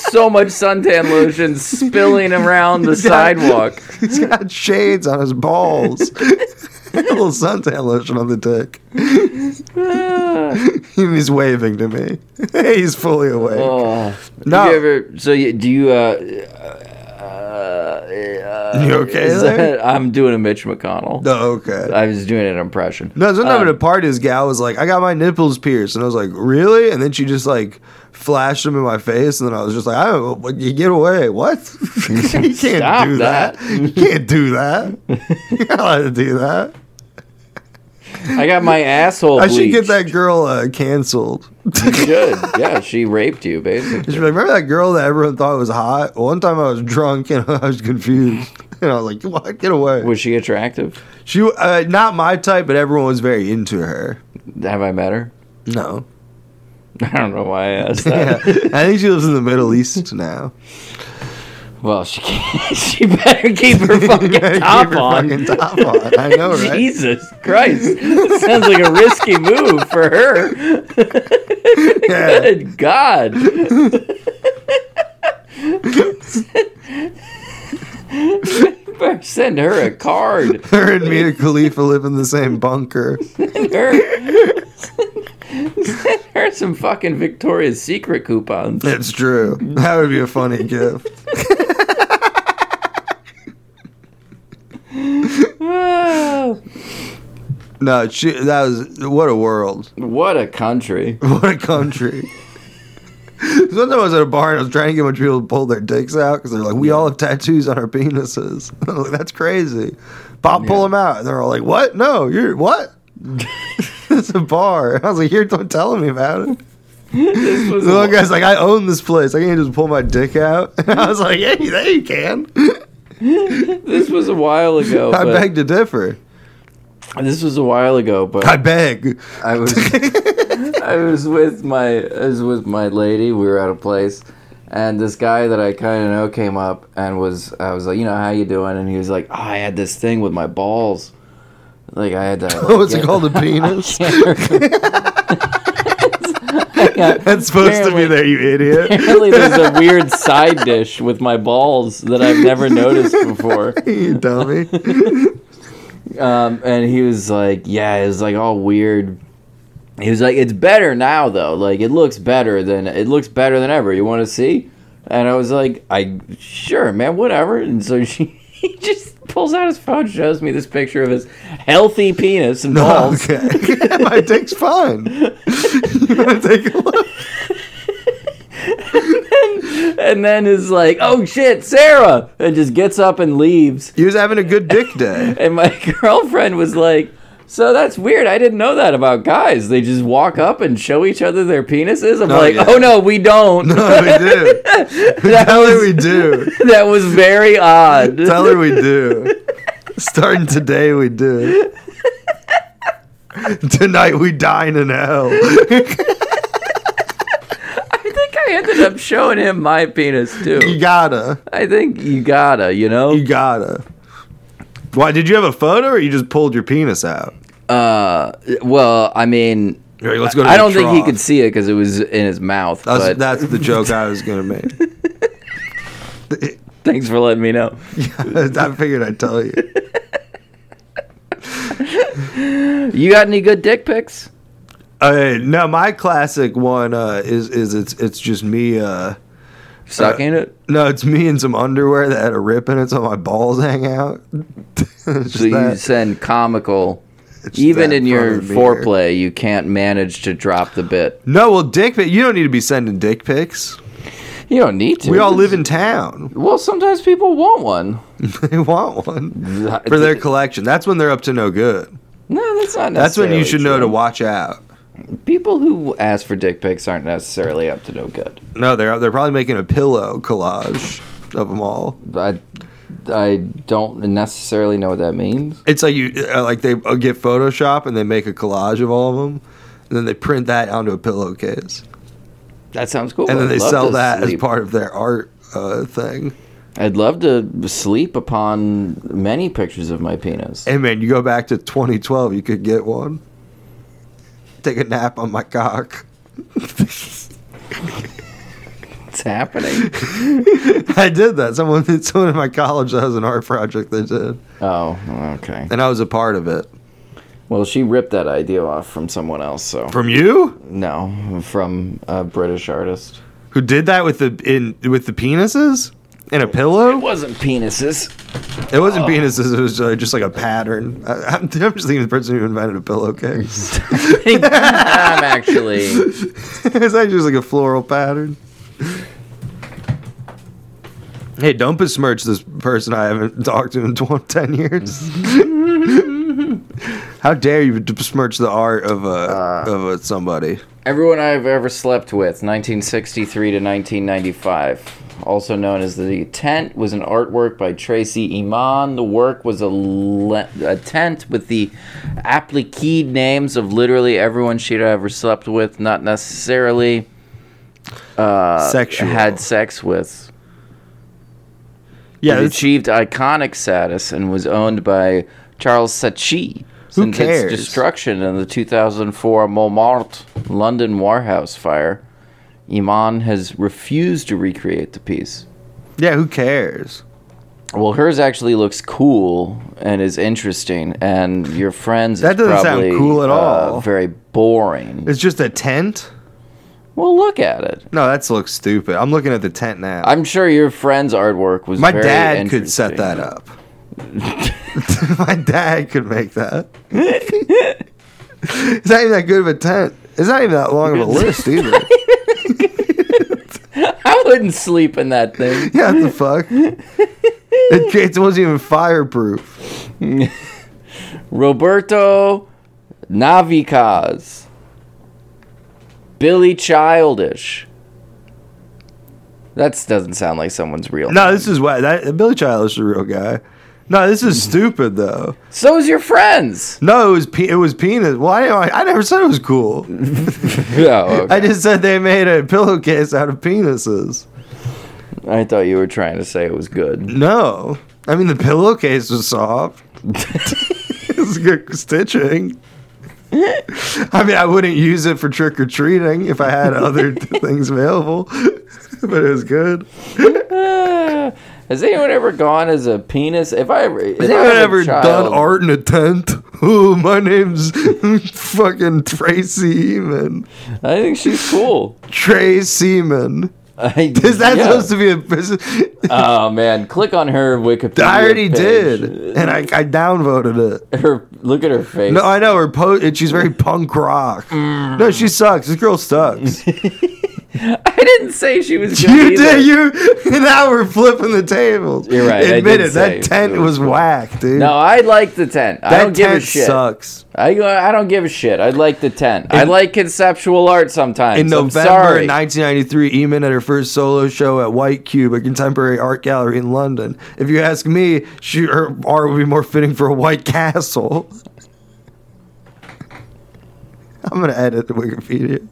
so much suntan lotion spilling around the sidewalk.
He's got shades on his balls. a little suntan lotion on the dick.
Ah.
He's waving to me. He's fully awake.
oh.
No.
Did you ever, so you, do you, uh, uh,
You okay
is
there?
that- I'm doing a Mitch McConnell.
Oh, okay.
I was doing an impression.
No, sometime
Um,
at a party, this gal was like, I got my nipples pierced. And I was like, Really? And then she just like flashed them in my face. And then I was just like, I don't know, you get away. What? you can't
Stop
do that.
that.
You can't do that. You're not allowed to do that.
I got my asshole.
I should get
bleached.
that girl uh, canceled.
You should. Yeah, she raped you, basically.
She's like, Remember that girl that everyone thought was hot? One time I was drunk and I was confused. And I was like, What? Get away.
Was she attractive?
She, uh, not my type, but everyone was very into her.
Have I met her?
No.
I don't know why I asked
Yeah.
that.
I think she lives in the Middle East now.
Well, she can't, she better keep her fucking
You better
top
keep her
on.
fucking top on. I know, right?
Jesus Christ! Sounds like a risky move for her.
Yeah.
Good God! Better Send her a card.
Her and Mia Khalifa live in the same bunker.
Send her, send her some fucking Victoria's Secret coupons.
It's true. That would be a funny gift.
Oh,
No, she, that was what a world.
what a country.
What a country. One time I was at a bar and I was trying to get a bunch of people to pull their dicks out because they're like, we all have tattoos on our penises. I'm like, that's crazy. Bob, pull them out. And they're all like, what? No, you're what? it's a bar. I was like, you're not telling me about it.
This was
The little guy's like, I own this place. I can't just pull my dick out. And I was like, yeah, yeah, you can.
this was a while ago.
I
but-
beg to differ.
This was a while ago, but
I beg.
I was I was with my I was with my lady. We were at a place, and this guy that I kind of know came up and was I was like, you know, how you doing? And he was like, oh, I had this thing with my balls, like I had that.
What's it called? A penis? That's supposed to be
Apparently-
there, you idiot.
Apparently, there's a weird side dish with my balls that I've never noticed before.
you dummy.
Um, and he was like, yeah, it was like all weird. He was like, it's better now though. Like it looks better than it looks better than ever. You want to see? And I was like, I sure, man, whatever. And so she he just pulls out his phone, shows me this picture of his healthy penis and balls.
Okay. My dick's fine. you want to take a look?
And then is like, oh shit, Sarah, and just gets up and leaves.
He was having a good dick day.
And my girlfriend was like, so that's weird. I didn't know that about guys. They just walk up and show each other their penises. I'm
Oh,
like,
yeah.
oh no, we don't.
No, we do.
that,
Tell her
was,
we do.
that was very odd.
Tell her we do. Starting today, we do. Tonight, we dine in hell.
I think should. I'm showing him my penis
You
too.
gotta.
I think you gotta, you know.
You gotta. Why did you have a photo or you just pulled your penis out?
Uh, well, I mean,
All right, let's go to
I
the
don't think he
trough.
could see it because it was in his mouth.
That's,
but
that's the joke I was gonna make.
thanks for letting me know.
I figured I'd tell you.
You got any good dick pics?
Uh, no, my classic one uh, is is it's it's just me. Uh,
Sucking it.
no, it's me in some underwear that had a rip in it, so my balls hang out. It's just
So you
that-
send comical.
it's
Even
that
in
front
your
of me here.
foreplay, you can't manage to drop the bit.
No, well, dick pic. You don't need to be sending dick pics.
You don't need to.
We all live in town.
Well, sometimes people want one.
they want one
Uh,
for their collection. That's when they're up to no good.
No, that's not. Necessarily
That's when you should know to
true.
watch out.
People who ask for dick pics aren't necessarily up to no good.
No, they're they're probably making a pillow collage of them all.
I, I don't necessarily know what that means.
It's like you uh, like they uh, get Photoshop and they make a collage of all of them, and then they print that onto a pillowcase,
That sounds cool.
and then
I'd
they
love
sell
to
that as
sleep-
part of their art uh, thing.
I'd love to sleep upon many pictures of my penis.
Hey man, you go back to 2012, you could get one. Take a nap on my cock.
It's happening.
I did that. Someone, someone in my college that was an art project they did,
oh, okay.
and I was a part of it.
Well, she ripped that idea off from someone else. So
From you,
no, from a British artist.
who did that with the in with the penises in a pillow?
Wasn't penises.
It wasn't penises. It was uh, just like a pattern. I, I'm, I'm just thinking of the person who invented a pillowcase.
I'm actually.
it's actually just like a floral pattern. Hey, don't besmirch this person I haven't talked to in 20, 10 years. How dare you besmirch the art of a
Uh,
of a somebody?
Everyone I've ever slept with, 1963 to 1995, also known as the tent, was an artwork by Tracy Iman. The work was a, le- a tent with the appliqued names of literally everyone she'd ever slept with, not necessarily uh,
Sexual.
had sex with.
Yeah,
it
it's-
achieved iconic status and was owned by Charles Saatchi since
cares?
its destruction in the 2004 Montmartre London warehouse fire. Iman has refused to recreate the piece.
yeah. Who cares?
Well, hers actually looks cool and is interesting, and your friends uh,
That doesn't sound cool at all.
Very boring.
It's just a tent.
Well, look at it.
No, that looks stupid. I'm looking at the tent now.
I'm sure your friend's artwork was.
My
very
dad could set
interesting.
that up. My dad could make that. it's not even that good of a tent. It's not even that long of a list either.
I wouldn't sleep in that thing.
yeah, what the fuck. It, ca- it wasn't even fireproof.
Roberto Navicaz, Billy Childish. That doesn't sound like someone's real.
No,
name.
this is why that Billy Childish is a real guy. No, this is stupid though.
So is your friends.
No, it was pe- it was penis. Well, I, I never said it was cool.
Oh, okay.
I just said they made a pillowcase out of penises.
I thought you were trying to say it was good.
No. I mean, the pillowcase was soft. it's good stitching. I mean, I wouldn't use it for trick or treating if I had other things available, but it was good.
Uh, has anyone ever gone as a penis? If I if
Has
I
anyone
was a
ever done
child-
art in a tent? Ooh, my name's fucking Trey Seaman.
I think she's cool.
Trey Seaman.
I,
Is that
yeah.
supposed to be a business?
Oh man, click on her Wikipedia.
I already
page.
did, and I, I downvoted it.
Her look at her face.
No, I know her po- and She's very punk rock. No, she sucks. This girl sucks. you
I didn't say she was. Good either.
did you. Now we're flipping the tables.
You're right, I did
Admit it.
say
That tent
it
was,
was cool.
whack, dude.
No, I like the tent. I
that
don't give
tent
a shit.
sucks.
I I don't give a shit. I like the tent. I like conceptual art sometimes.
In
I'm
November
sorry.
1993, Eamon at her first solo show at White Cube, a contemporary art gallery in London. If you ask me, she, her art would be more fitting for a White Castle. I'm gonna edit Wikipedia.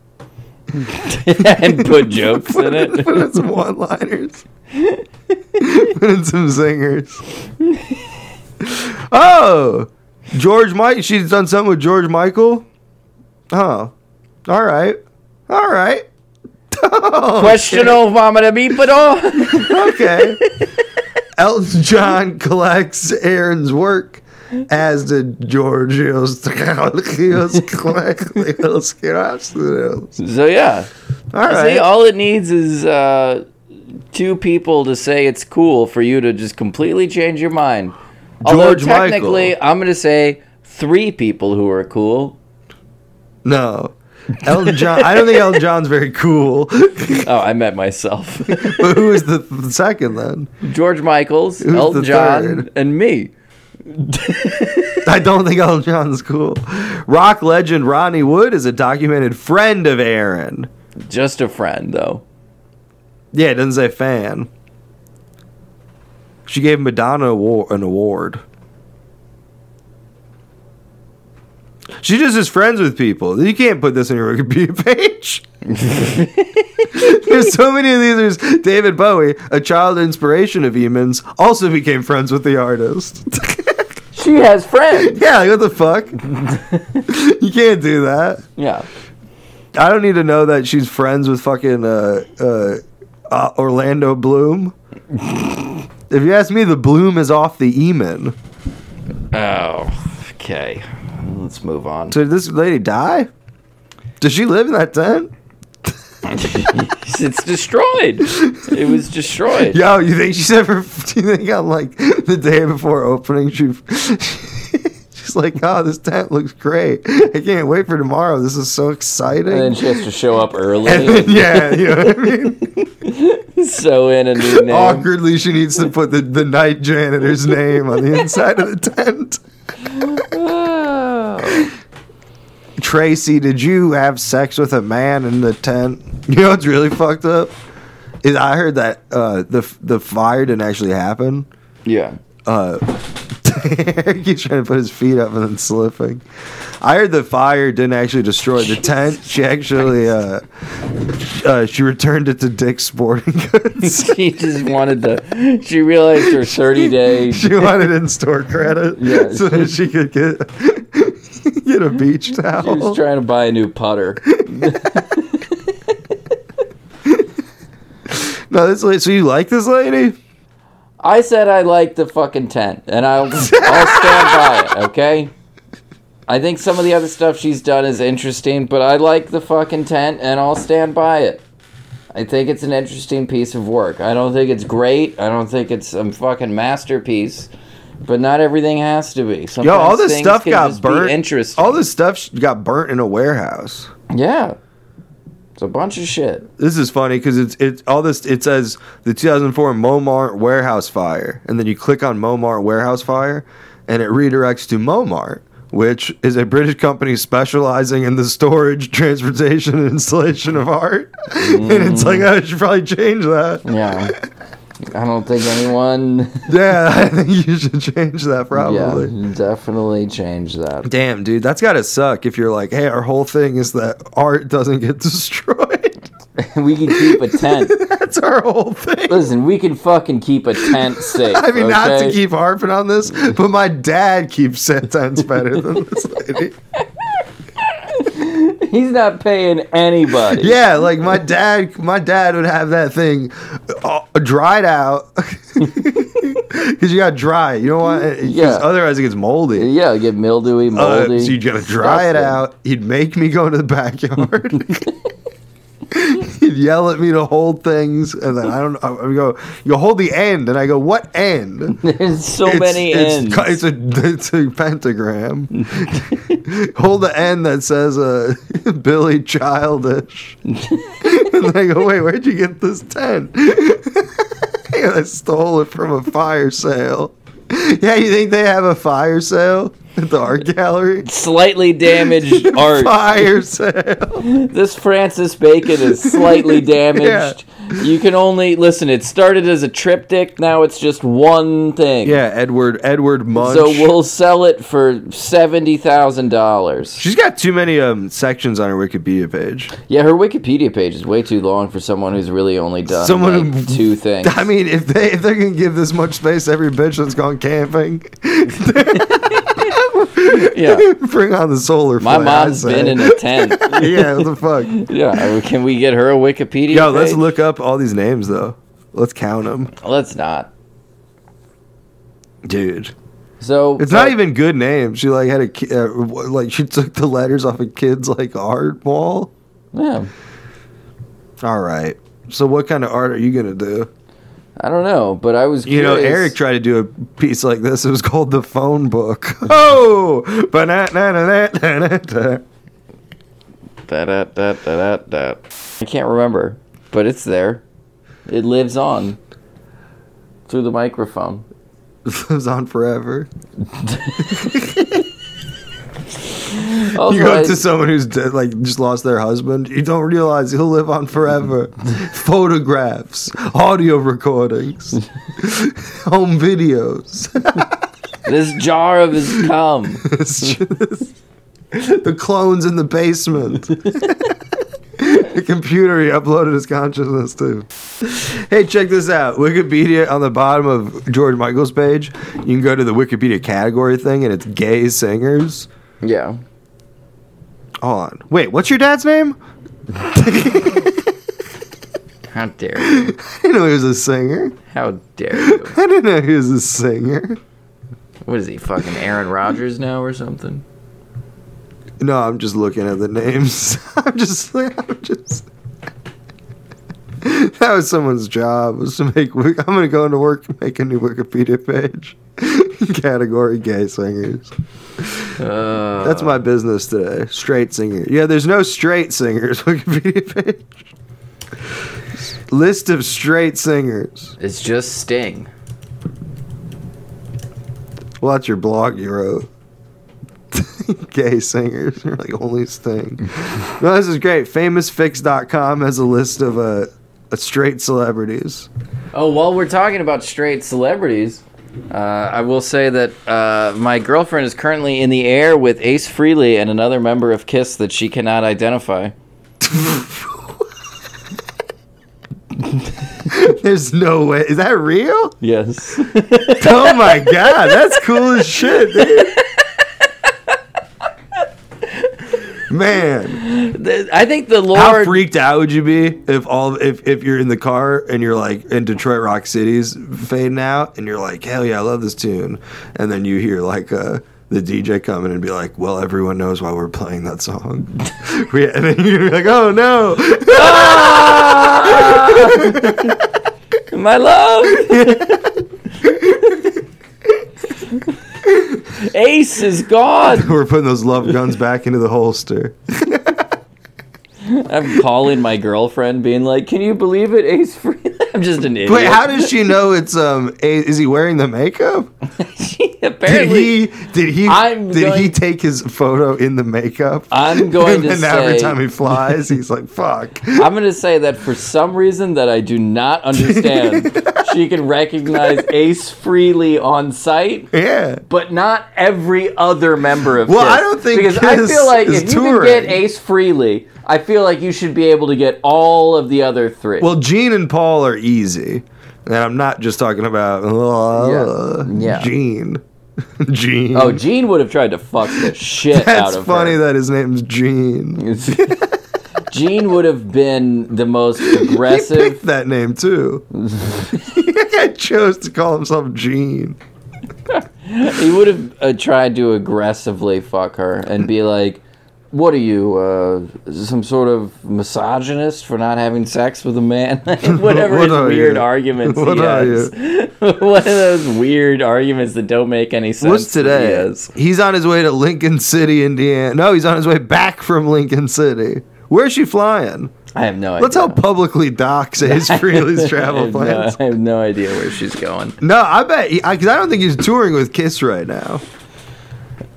and put jokes in it.
Put in some one-liners. Put in some singers. Oh, George Mike. She's done something with George Michael. Oh, all right, all right. Oh,
Questionable mama to be, but all.
Okay. Elton John collects Aaron's work, as did Georgios Kalakios
So yeah,
All
see,
right.
all it needs is uh, two people to say it's cool for you to just completely change your mind. Although
George Michael.
technically, I'm gonna say three people who are cool.
No. Elton John. I don't think Elton John's very cool.
Oh, I met myself.
but who is the, the second then?
George Michael's,
the
Elton John,
third?
and me.
I don't think Elton John's cool. Rock legend Ronnie Wood is a documented friend of Aaron.
Just a friend, though.
Yeah, it doesn't say fan. She gave Madonna award, an award. She just is friends with people. You can't put this on your Wikipedia page. There's so many of these. There's David Bowie, a child inspiration of Eamon's, also became friends with the artist.
She has friends.
yeah, like, what the fuck? you can't do that.
Yeah.
I don't need to know that she's friends with fucking uh, uh, uh, Orlando Bloom. if you ask me, the Bloom is off the Eamon.
Oh, okay. Let's move on.
So did this lady die? Does she live in that tent?
it's destroyed. It was destroyed.
Yo, you think she's ever? Do you think on like the day before opening, she she's like, "Oh, this tent looks great. I can't wait for tomorrow. This is so
And then
exciting."
she has to show up early.
And then, yeah, you know what I mean.
sew in a
Oh,
new name.
Awkwardly, she needs to put the, the night janitor's name on the inside of the tent. Tracy, did you have sex with a man in the tent? You know what's really fucked up? Is I heard that uh, the the fire didn't actually happen.
yeah.
Uh, Eric keeps trying to put his feet up and then slipping. I heard the fire didn't actually destroy the tent. She actually uh, uh, she returned it to Dick's Sporting Goods.
she just wanted to. She realized her 30 day.
she wanted in store credit
Yeah.
so that she could get get a beach
She was
towel.
trying to buy a new putter.
no, this lady, so you like this lady?
I said I like the fucking tent, and I'll, I'll stand by it, okay? I think some of the other stuff she's done is interesting, but I like the fucking tent, and I'll stand by it. I think it's an interesting piece of work. I don't think it's great. I don't think it's a fucking masterpiece, but not everything has to be. Sometimes
Yo, all this
things
stuff
can
got
just be
burnt. Oh.
Interesting.
All this stuff sh- got burnt in a warehouse.
yeah, it's a bunch of shit.
This is funny because it's it's all this. It says the 2004 Momart warehouse fire, and then you click on Momart warehouse fire, and it redirects to Momart, which is a British company specializing in the storage, transportation, and installation of art. and it's
Mm.
like I should probably change that.
Yeah, I don't think anyone.
Yeah, I think you should change that probably.
Yeah, definitely change that.
Damn, dude, that's gotta suck if you're like, hey, our whole thing is that art doesn't get destroyed.
We can keep a tent.
that's our whole thing.
Listen, we can fucking keep a tent safe.
I mean, not to
okay?
keep harping on this, but my dad keeps sentence better than this lady.
He's not paying anybody.
Yeah, like my dad, my dad would have that thing uh, dried out because you got to dry. it. You don't want, it, 'cause
Yeah.
Otherwise, it gets moldy.
Yeah, get mildewy,
Uh,
moldy.
so you gotta dry it
Disgusting.
out. He'd make me go to the backyard. He'd yell at me to hold things, and then I don't. I would go. You hold the end, and I go, "What end?"
There's so many ends.
it's, cu- It's a it's a pentagram. Hold the end that says uh, Billy Childish. and they go, wait, where'd you get this tent? I stole it from a fire sale. Yeah, you think they have a fire sale at the art gallery?
slightly damaged art.
Fire sale.
This Francis Bacon is slightly damaged. You can only listen. It started as a triptych. Now it's just one thing.
Yeah, Edward Edward Munch.
So we'll sell it for seventy thousand dollars.
She's got too many um, sections on her Wikipedia page.
Yeah, her Wikipedia page is way too long for someone who's really only done
Someone
like,
who-
two things.
I mean, if they if they're gonna give this much space, to every bitch that's gone camping,
yeah,
bring on the solar.
my
flare, I
mom's
say.
been in a tent.
yeah, what the fuck?
yeah, I mean, can we get her a Wikipedia?
Yo, let's
page?
look up all these names though. Let's count them,
Let's not.
dude.
So uh,
It's not even good names. She like had a ki- uh, w- like she took the letters off a kid's like art wall.
Yeah,
All right. So what kind of art are you gonna do?
I don't know, but I was.
You know,
curious.
Eric tried to do a piece like this. It was called the phone book. Oh, but
Da, da, da, da, da, da. I can't remember, but it's there. It lives on through the microphone.
lives on forever.
Also,
You go
I-
up to someone who's dead, like just lost their husband. You don't realize he'll live on forever. Photographs, audio recordings, home videos.
this jar of his cum.
It's just- the clones in the basement. the computer he uploaded his consciousness to. Hey, check this out. Wikipedia on the bottom of George Michael's page, you can go to the Wikipedia category thing and it's gay singers.
Yeah.
Hold on. Wait, what's your dad's name?
How dare you?
I didn't know he was a singer.
How dare you?
I didn't know he was a singer.
What is he, fucking Aaron Rodgers now or something?
No, I'm just looking at the names. I'm just, I'm just. That was someone's job. Was to make. I'm gonna go into work and make a new Wikipedia page. Category gay singers.
Uh,
That's my business today. Straight singer. Yeah, there's no straight singers Wikipedia page. List of straight singers.
it's just Sting.
Well, that's your blog you wrote. Gay singers. You're like, only Sting. no, this is great. FamousFix.com has a list of uh, uh, straight celebrities.
Oh, while we're talking about straight celebrities,
Uh, I will say that uh, my girlfriend is currently in the air with Ace Freely and another member of Kiss that she cannot identify.
There's no way. Is that real?
yes.
oh my god, that's cool as shit, dude. Man,
Th- I think the
how
Lord.
freaked out would you be if all if, if you're in the car and you're like in Detroit Rock City's fading out and you're like, hell yeah, I love this tune, and then you hear like uh, the DJ coming and be like, well, everyone knows why we're playing that song, We- and then you're like, oh no,
Ah! my love. Ace is gone.
we're putting those love guns back into the holster.
I'm calling my girlfriend, being like, "Can you believe it, Ace Freely?" I'm just an idiot.
Wait, how does she know it's um? A- is he wearing the makeup?
she
Did
apparently?
he? Did he?
I'm
did he
going-
take his photo in the makeup?
I'm going
and
to
then every
say-
time he flies, he's like, "Fuck."
I'm gonna say that for some reason that I do not understand, she can recognize Ace Freely on sight.
Yeah.
but not every other member of
Well,
Kiss.
I don't think
because I
Kiss
feel like
is
if you can get
touring.
Ace Freely, I feel like you should be able to get all of the other three.
Well, Gene and Paul are easy, and I'm not just talking about uh,
Yeah.
Gene. Gene.
oh, Gene would have tried to fuck the shit out
that's
of
funny
her.
that his name's Gene.
Gene would have been the most
He picked
aggressive.
that name too. I chose to call himself Gene.
he would have uh, tried to aggressively fuck her and be like. What are you, uh, some sort of misogynist for not having sex with a man? Whatever
What
his
are
weird
you?
arguments
What
he
are
has. One of those weird arguments that don't make any sense.
What's
that
today?
he has.
He's on his way to Lincoln City, Indiana. No, he's on his way back from Lincoln City. Where's she flying?
I have no
Let's
idea.
help publicly dox Ace Frehley's travel
I have no-
plans.
I have no idea where she's going.
No, I bet because I, 'cause I don't think he's touring with Kiss right now.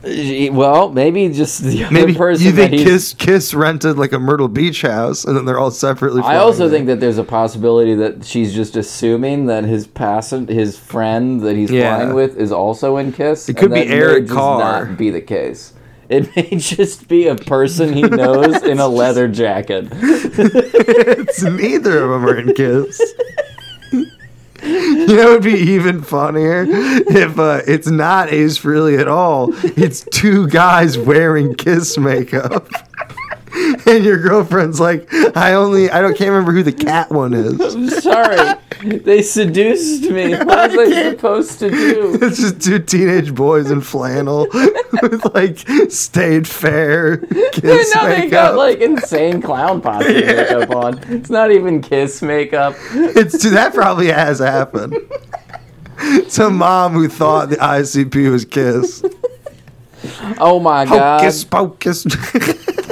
Well, maybe just the other
Maybe
person.
you
that
think
he's-
Kiss Kiss rented like a Myrtle Beach house, and then they're all separately.
I
flying
also
there.
think that there's a possibility that she's just assuming that his passen- his friend that he's
Yeah.
flying with is also in Kiss. It
could be Eric Carr.
Not be the case. It may just be a person he knows in a leather jacket.
it's neither of them are in Kiss. You know, it'd be even funnier if uh, it's not Ace Frehley at all. It's two guys wearing Kiss makeup, and your girlfriend's like, "I only, I don't, can't remember who the cat one is."
I'm sorry, they seduced me. What was I supposed to do?
It's just two teenage boys in flannel with like stayed fair
And
Kiss
now they got
makeup.
like insane clown posse makeup on. It's not even Kiss makeup.
It's that probably has happened. Some mom who thought the ICP was Kiss.
Oh my god.
Hocus pocus.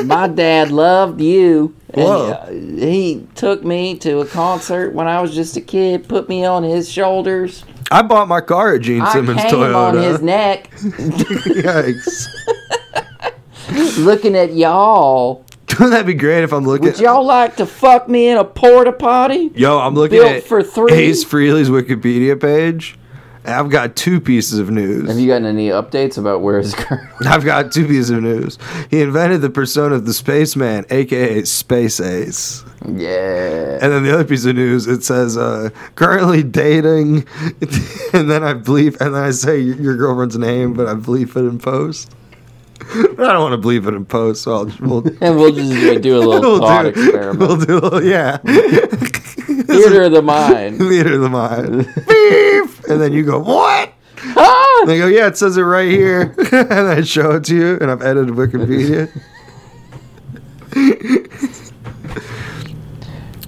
My dad loved you. And
Whoa.
uh, he took me to a concert when I was just a kid, put me on his shoulders.
I bought my car at Gene Simmons
I came on his
Toyota.
neck,
Yikes.
looking at y'all.
Wouldn't that be great if I'm looking?
Would y'all like to fuck me in a porta potty?
Yo, I'm looking
built
at
for three?
Ace Frehley's Wikipedia page. and I've got two pieces of news.
Have you gotten any updates about where his current?
I've got two pieces of news. He invented the persona of the spaceman, aka Space Ace.
yeah.
And then the other piece of news, it says uh, currently dating, and then I bleep, and then I say your your girlfriend's name, but I bleep it in post. I don't want to bleep it in post, so I'll, we'll
And we'll just do- do a little thought experiment.
We'll do, a little- yeah.
Theater of the mind.
Theater of the mind. Beep! And then you go, what?
Ah!
And they go, yeah, it says it right here. and I show it to you, and I've edited Wikipedia.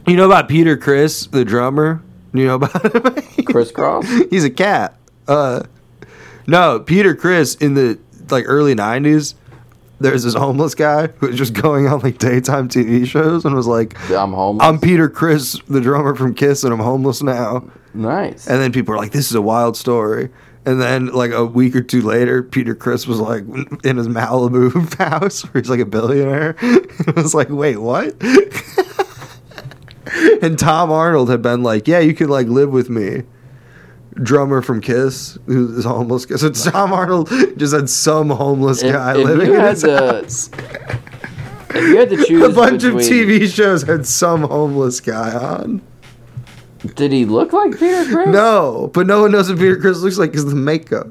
you know about Peter Chris, the drummer? You know about him?
Crisscross.
He's a cat. Uh, no, Peter Chris in the like early '90s. There's this homeless guy who was just going on like daytime TV shows and was like,
I'm home.
"I'm Peter Chris, the drummer from Kiss, and I'm homeless now."
nice.
And then people are like, "This is a wild story." And then like a week or two later, Peter Chris was like in his Malibu house where he's like a billionaire. it was like, "Wait, what?" and Tom Arnold had been like, "Yeah, you can like live with me." Drummer from Kiss, who is homeless. So Tom Arnold just had some homeless
If-
guy
if
living
you
in
had
his
the-
house.
If you had to choose
A bunch of
between-
TV shows had some homeless guy on.
Did he look like Peter Chris?
No, but no one knows what Peter Chris looks like because the makeup.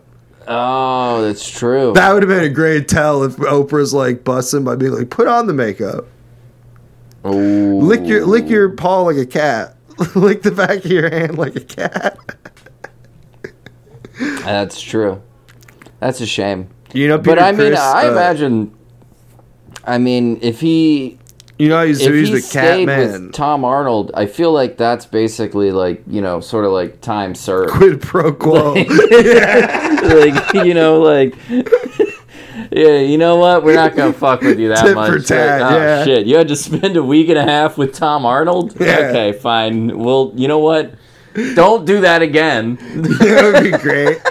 Oh, that's true.
That would have been a great tell if Oprah's like busting by being like, put on the makeup,
Ooh.
lick your lick your paw like a cat, lick the back of your hand like a cat.
That's true. That's a shame.
You know,
but I mean,
Criss,
I
uh,
imagine. I mean, if he
you know, how he used
if
to use
he
the cat
stayed
man
with Tom Arnold, I feel like that's basically like you know, sort of like time served.
quid pro quo.
like you know, like yeah, you know what? We're not gonna fuck with you that
Tit for
much. Like,
tat,
oh
yeah.
shit! You had to spend a week and a half with Tom Arnold.
Yeah.
Okay, fine. Well, you know what? Don't do that again.
that would be great.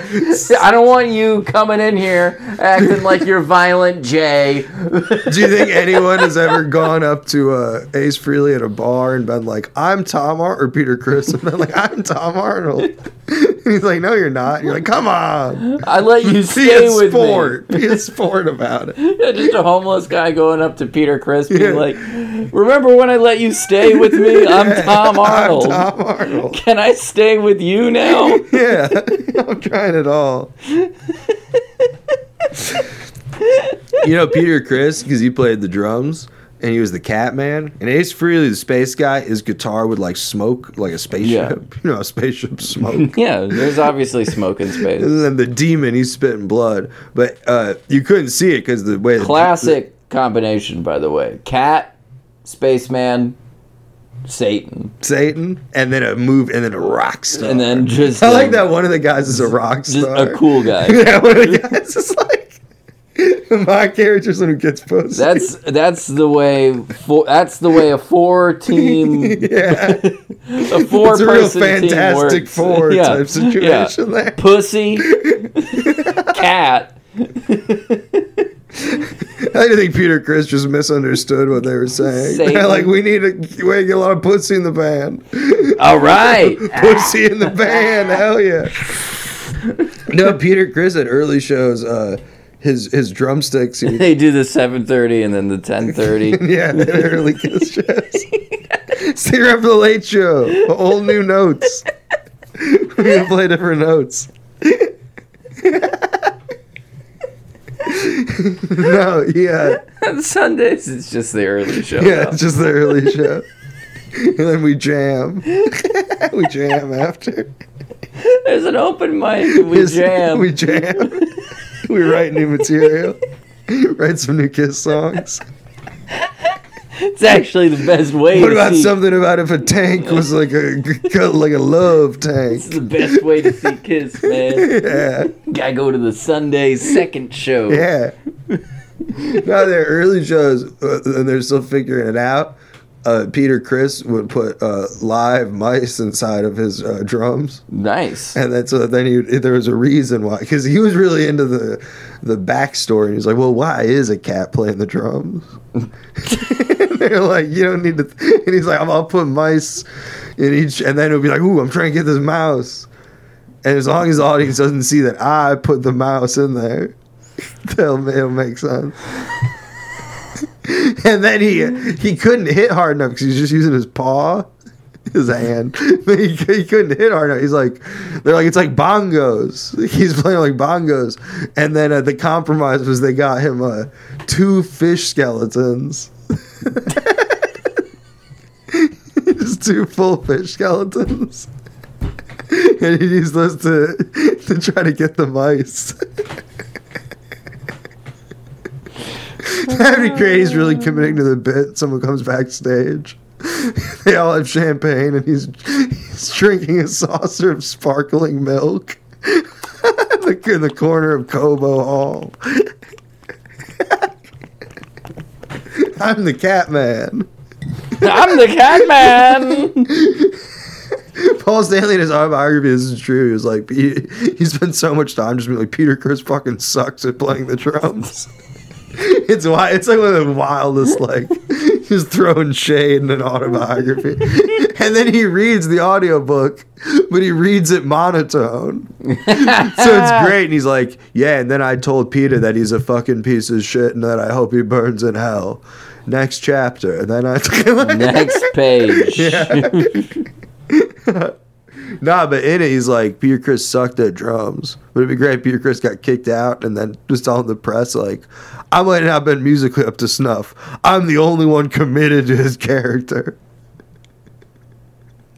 I don't want you coming in here acting like you're violent, Jay.
Do you think anyone has ever gone up to uh, Ace Freely at a bar and been like, "I'm Tom Ar or Peter Chris," and been like, "I'm Tom Arnold"? He's like, "No, you're not." And you're like, "Come on,
I let you
be
stay
a
with
sport, be a sport about it."
me. Yeah, Just a homeless guy going up to Peter Chris being
Yeah.
like, "Remember when I let you stay with me? I'm Tom Arnold.
I'm Tom Arnold.
Can I stay with you now?"
Yeah, I'm trying it all. you know Peter Chris because he played the drums and he was the cat man. And Ace Frehley, the space guy, his guitar would like smoke like a spaceship. You know, a spaceship smoke.
Yeah, there's obviously smoke in space.
And then the demon, he's spitting blood, but uh, you couldn't see it because the way the-
Classic combination, by the way. Cat, spaceman, Satan,
Satan, and then a move, and then a rock star.
and then just
I like
a-
that one of the guys is a rock
Just a
star.
cool guy.
yeah, one of the guys is like my character's one who gets pussy.
That's that's the way. Four, that's the way a four team
yeah,
a four
it's a real
person
Fantastic
team works.
Four
Yeah,
type
yeah.
situation there.
Pussy, cat,
I think Peter Chris just misunderstood what they were saying.
Say it.
like we need to we get a lot of pussy in the band.
All right.
pussy in the band. Hell yeah. No, Peter Chris at early shows, uh, his his drumsticks. He,
they do the 7:30 and then the 10:30.
yeah, at early Kiss shows. Stay up for the late show. All new notes. We're gonna play different notes. no, yeah,
on Sundays it's just the early show.
yeah,
though.
it's just the early show. And then we jam. we jam after.
There's an open mic. and We
Yes,
jam.
We jam. we write new material. write some new Kiss songs.
It's actually the best way.
What
to
about
see,
something about if a tank was like a like a love tank?
It's the best way to see Kiss, man.
Yeah,
Gotta go to the Sunday second show.
yeah. now their early shows, uh, and they're still figuring it out. Uh, Peter Chris would put uh, live mice inside of his uh, drums.
Nice.
And then so then he there was a reason why because he was really into the the backstory. He was like, well, why is a cat playing the drums? And They're like, you don't need to. And he's like, I'm, I'll put mice in each, and then it'll be like, ooh, I'm trying to get this mouse. And as long as the audience doesn't see that I put the mouse in there, they'll, it'll make sense. and then he he couldn't hit hard enough because he was just using his paw his hand. But he, he couldn't hit hard enough. He's like, they're like, it's like bongos. He's playing like bongos. And then uh, the compromise was they got him uh, two fish skeletons. Just two full fish skeletons. and he used those to, to try to get the mice. That'd be great. He's really committing to the bit. Someone comes backstage. They all have champagne, and he's he's drinking a saucer of sparkling milk in the corner of Cobo Hall. I'm the cat man.
I'm the Catman.
Paul Stanley in his autobiography, this is true. He was like, he, he spent so much time just being like, Peter Chris fucking sucks at playing the drums. it's why it's like one of the wildest, like, just throwing shade in an autobiography. and then he reads the audiobook, but he reads it monotone. so it's great. And he's like, yeah. And then I told Peter that he's a fucking piece of shit and that I hope he burns in hell. Next chapter. And then I
Next page.
Nah, but in it, he's like, Peter Chris sucked at drums. Would it be great if Peter Chris got kicked out and then just telling the press, like, I might not have been musically up to snuff. I'm the only one committed to his character.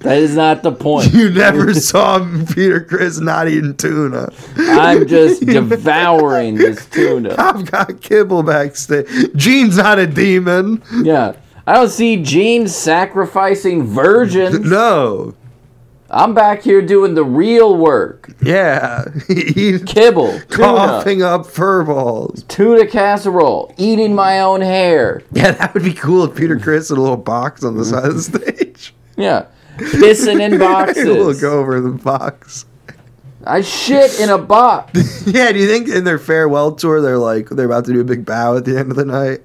That is not the point.
You never saw Peter Chris not eating tuna.
I'm just devouring this tuna.
I've got kibble backstage. Gene's not a demon.
Yeah. I don't see Gene sacrificing virgins.
No.
I'm back here doing the real work.
Yeah. He's
Kibble, tuna,
coughing up fur balls.
tuna casserole, eating my own hair.
Yeah, that would be cool if Peter Chris had a little box on the side of the stage.
Yeah. Pissing in
we'll
boxes.
go over the box.
I shit in a box.
Yeah, do you think in their farewell tour they're like they're about to do a big bow at the end of the night?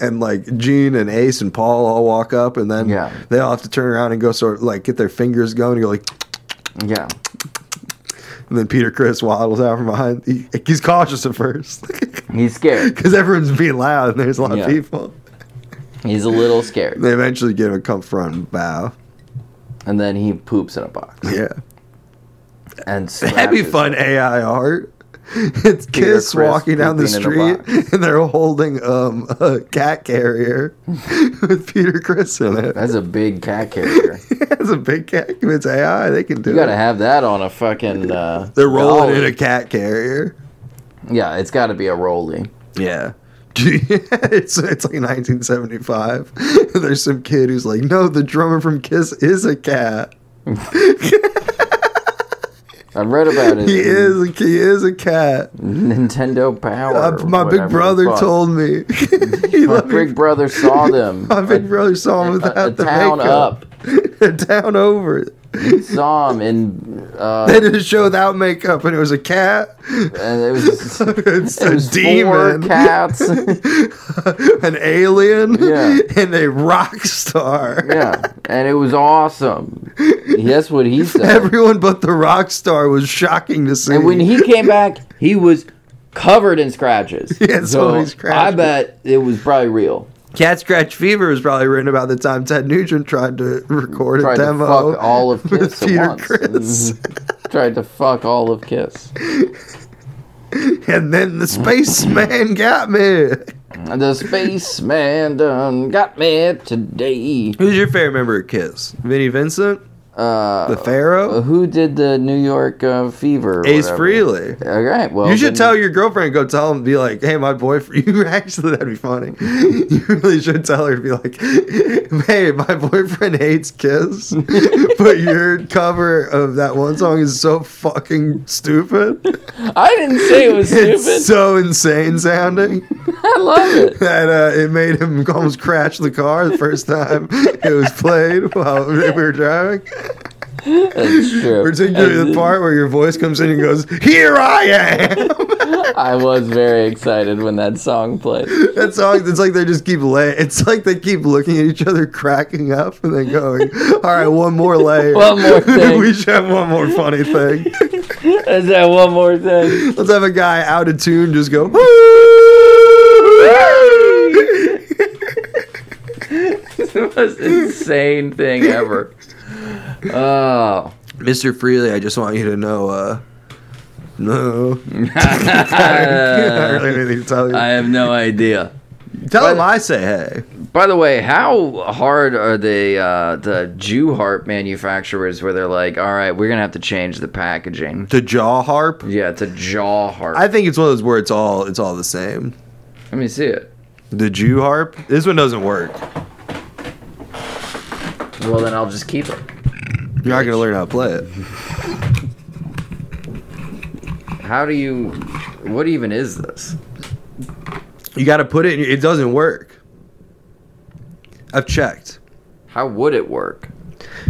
And like Gene and Ace and Paul all walk up and then
Yeah.
they all have to turn around and go sort of like get their fingers going and go like
Yeah.
and then Peter Chris waddles out from behind. He, he's cautious at first
He's scared.
because everyone's being loud and there's a lot
Yeah.
of people.
He's a little scared.
They eventually give a confront and bow.
And then he poops in a box.
Yeah,
And
that'd be
smashes.
fun AI art. It's Kiss
Chris
walking down the
pooping in a
street and they're holding um, a cat carrier with Peter Chris in it.
That's a big cat carrier.
It's a big cat. If It's AI. They can do
You gotta
it.
have that on a fucking. Uh,
They're rolling in
dolly.
a cat carrier.
Yeah, it's gotta be a rolly.
Yeah. it's, it's like 1975. There's some kid who's like, no, the drummer from Kiss is a cat.
I read about it.
He
in
is a, he is a cat.
Nintendo Power.
Uh,
or
my
whatever
big
the
brother
fuck.
told me. he
My
let me-
big brother saw them.
my big brother saw him
a,
without
a
the
town
makeup.
up.
Up. down over.
saw him in
They
uh,
did a show without makeup, and it was a cat.
and it was
it's
it
a
was
demon.
four cats.
an alien.
Yeah.
And a rock star.
yeah, and it was awesome. That's what he said.
Everyone but the rock star was shocking to see.
and when he came back, he was covered in scratches.
Yeah, so many scratches.
I bet it was probably real.
Cat Scratch Fever was probably written about the time Ted Nugent tried to record
Tried
a demo.
to fuck all of
with
Kiss at
Peter
once.
Criss.
Tried to fuck all of Kiss. Mm-hmm.
and then the spaceman got me.
The spaceman done got me today.
Who's your favorite member of Kiss? Vinnie Vincent?
Uh,
The Pharaoh?
who did the New York uh, Fever? or
Ace
whatever?
Frehley?
All right. Well,
You
then-
should tell your girlfriend, go tell him, be like, hey, my boyfriend. You actually, that'd be funny. You really should tell her to be like, hey, my boyfriend hates Kiss, but your cover of that one song is so fucking stupid.
I didn't say it was stupid.
It's so insane sounding
I love it.
that uh, it made him almost crash the car the first time it was played while we were driving.
That's true.
Particularly the part where your voice comes in and goes, Here I am!
I was very excited when that song played.
That song, it's like they just keep laying. It's like they keep looking at each other, cracking up, and then going, "All right, one more layer.
One more thing.
we should have one more funny thing.
Is that one more thing?
Let's have a guy out of tune just go."
It's the most insane thing ever. Oh,
Mr. Freely, I just want you to know. uh No, I don't have anything to tell you.
I have no idea.
tell him I say hey.
By the way, how hard are the uh, the Jew harp manufacturers where they're like, all right, we're gonna have to change the packaging.
To jaw harp.
Yeah, it's a jaw harp.
I think it's one of those where it's all it's all the same.
Let me see it.
The Jew harp. This one doesn't work.
Well, then I'll just keep it.
You're not gonna learn how to play it.
How do you? What even is this?
You got to put it. in your- It doesn't work. I've checked.
How would it work?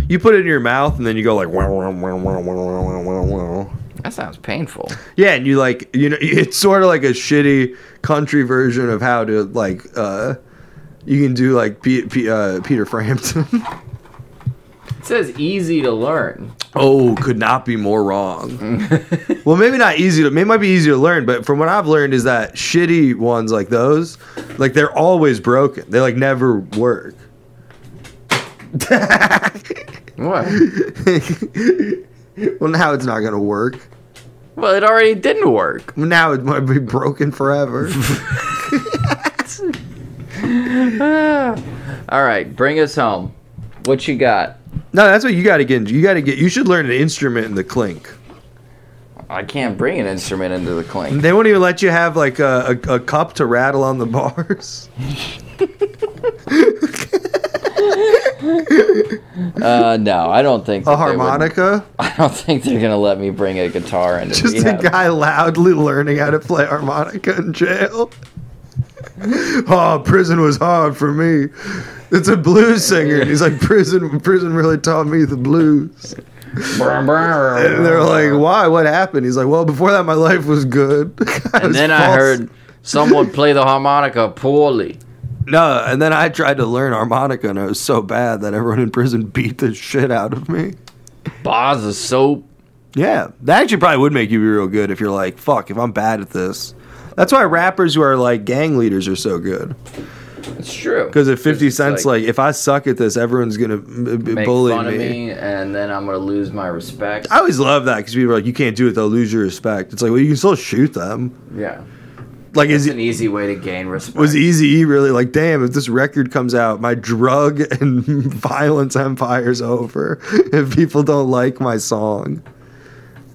You put it in your mouth and then you go like. "Wow, wow, wow, wow, wow, wow, wow, wow."
That sounds painful.
Yeah, and you like you know it's sort of like a shitty country version of how to like uh you can do like P- P- uh, Peter Frampton.
It says easy to learn.
oh, could not be more wrong. well, maybe not easy to maybe it might be easy to learn, but from what I've learned is that shitty ones like those, like they're always broken. They like never work.
What?
well, now it's not gonna work.
Well, it already didn't work.
Now it might be broken forever. Ah.
All right, bring us home. What you got?
no, that's what you got to get. You got to get. You should learn an instrument in the clink.
I can't bring an instrument into the clink.
They won't even let you have like a, a, a cup to rattle on the bars.
Uh, no, I don't think.
A
that they would-
harmonica.
I don't think they're gonna let me bring a guitar into.
Just
uh,
rehab.
a guy loudly learning how to play harmonica in jail. oh, prison was hard for me. It's a blues singer, and he's like, prison, prison really taught me the blues. And they're like, why? What happened? He's like, well, before that, my life was good. I
And
was
then I
false-
heard someone play the harmonica poorly.
No, and then I tried to learn harmonica, and it was so bad that everyone in prison beat the shit out of me.
Bars of soap.
Yeah, that actually probably would make you be real good if you're like, fuck, if I'm bad at this. That's why rappers who are like gang leaders are so good.
It's true.
Because if 50
it's
Cent's like, if I suck at this, everyone's going to b-
make
bully
fun
me.
of me, and then I'm gonna lose my respect.
I always love that because people are like, you can't do it, they'll lose your respect. It's like, well, you can still shoot them.
Yeah,
Like,
it's
is
an easy way to gain respect.
was Easy E really like, damn, if this record comes out, my drug and violence empire's over. If people don't like my song,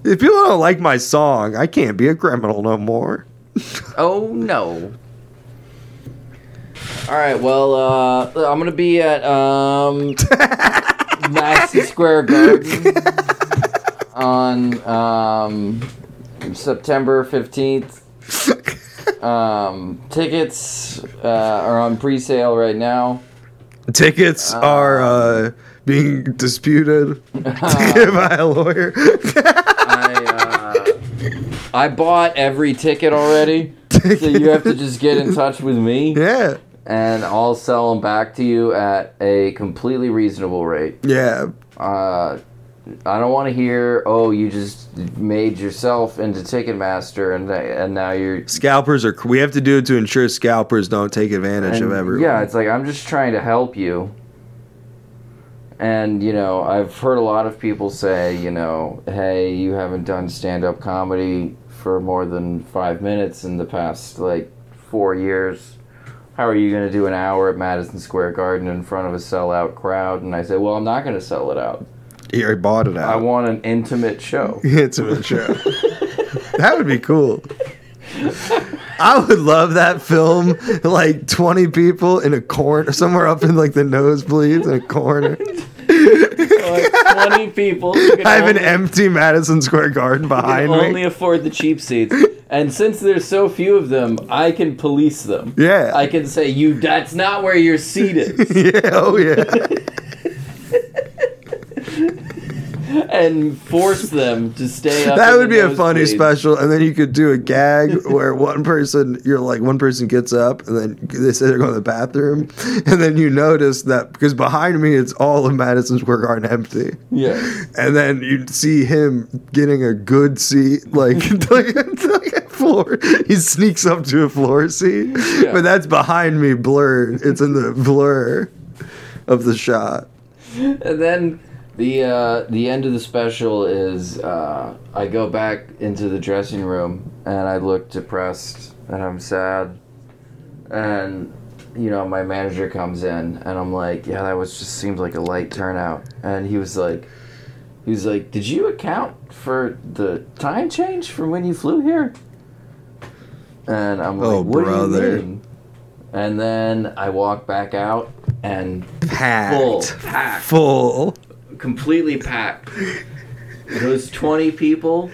if people don't like my song, I can't be a criminal no more.
Oh no.
All right. Well, uh, I'm gonna be at um, Madison Square Garden on um, September 15th. Um, tickets uh, are on pre-sale right now.
Tickets are uh, being disputed by a lawyer.
I, uh, I bought every ticket already, so you have to just get in touch with me,
yeah,
and I'll sell them back to you at a completely reasonable rate.
yeah.
Uh, I don't want to hear, oh, you just made yourself into Ticketmaster, and and now you're.
Scalpers are. We have to do it to ensure scalpers don't take advantage
and-
of everyone.
yeah, it's like I'm just trying to help you. And you know, I've heard a lot of people say, you know, hey, you haven't done stand-up comedy for more than five minutes in the past like four years. How are you going to do an hour at Madison Square Garden in front of a sellout crowd? And I say, well, I'm not going to sell it out.
he already bought it
I
out.
want an intimate show.
it's a bit show. that would be cool. I would love that film. Like twenty people in a corner, somewhere up in like the nosebleeds in a corner.
Like 20 people. who can
I have an
only-
empty Madison Square Garden behind me.
only afford the cheap seats. And since there's so few of them, I can police them.
yeah.
I can say you that's not where your seat is.
yeah. Oh yeah.
and force them to stay up.
that
in
would
the
be a funny
nosebleeds.
special and then you could do a gag where one person you're like one person gets up and then they say they're going to the bathroom and then you notice that because behind me it's all of madison square garden empty
Yeah.
and then you see him getting a good seat like, like, a floor he sneaks up to a floor seat but that's behind me blurred it's in the blur of the shot
And then the uh, the end of the special is uh, I go back into the dressing room and I look depressed and I'm sad, and you know my manager comes in and I'm like, yeah, that was just seemed like a light turnout, and he was like. He was like, "Did you account for the time change from when you flew here?" And I'm like,
Oh,
"What do
brother.
you mean?" And then I walk back out, and full,
packed
packed,
full
completely packed. Those 20 people,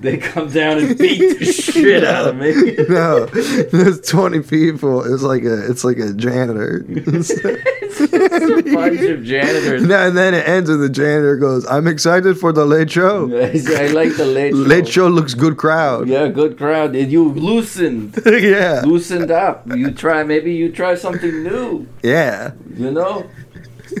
they come down and beat the shit out of me.
No, there's 20 people. It was like a, it's like a janitor.
It's a bunch of janitors.
no, and then it ends with the janitor goes, "I'm excited for the late show.
I like the late show.
Late show looks good crowd."
Yeah, good crowd. And You loosened,
yeah,
loosened up. You try, maybe you try something new,
yeah.
you know?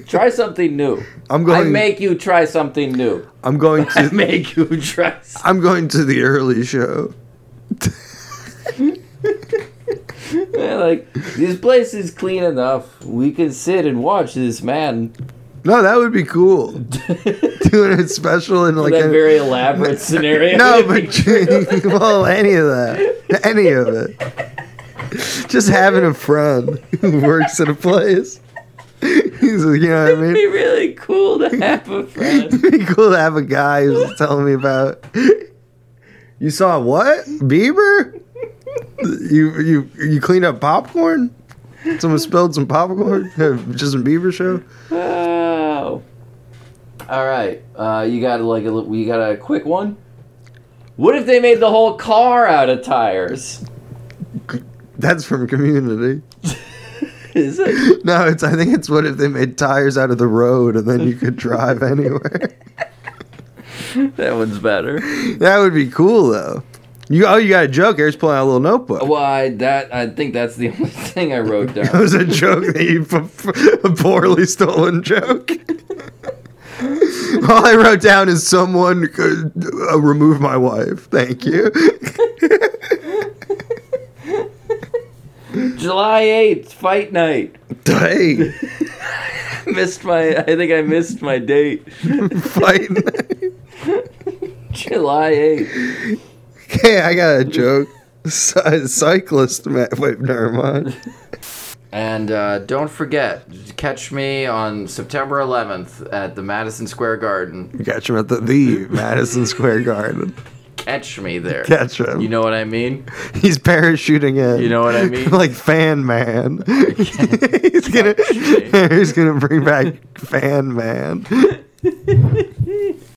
Try something new.
I'm going.
I make you try something new.
I'm going
I
to.
make you try. s-
I'm going to the early show.
Yeah, like, this place is clean enough. We can sit and watch this man
No, that would be cool. Doing it special and like
that
a-
very elaborate scenario.
no, but well, any of that, any of it. Just having a friend who works at a place. He's, you know what I mean.
It'd be really cool to have a friend.
It'd be cool to have a guy who's telling me about. You saw what Bieber? You you you cleaned up popcorn? Someone spilled some popcorn. at Justin Bieber show.
Wow. Oh. All right. Uh, you got like a li- you got a quick one.
What if they made the whole car out of tires?
That's from Community.
Is it?
No, it's I think it's what if they made tires out of the road and then you could drive anywhere.
That one's better.
That would be cool though. You oh you got a joke? Eric's pulling out a little notebook.
Oh, Well, I that I think that's the only thing I wrote
It
down.
was a joke that you p- a poorly stolen joke. All I wrote down is someone could uh, remove my wife. Thank you.
July eighth, fight night.
hey,
Missed my. I think I missed my date.
fight.
July eighth.
Okay, I got a joke. Cy- cyclist man. Wait, never mind.
And uh, don't forget, catch me on September 11th at the Madison Square Garden.
Catch him at the, the Madison Square Garden.
Catch me there.
Catch him.
You know what I mean?
He's parachuting in.
You know what I mean?
like Fan Man. he's gonna he's gonna bring back Fan Man.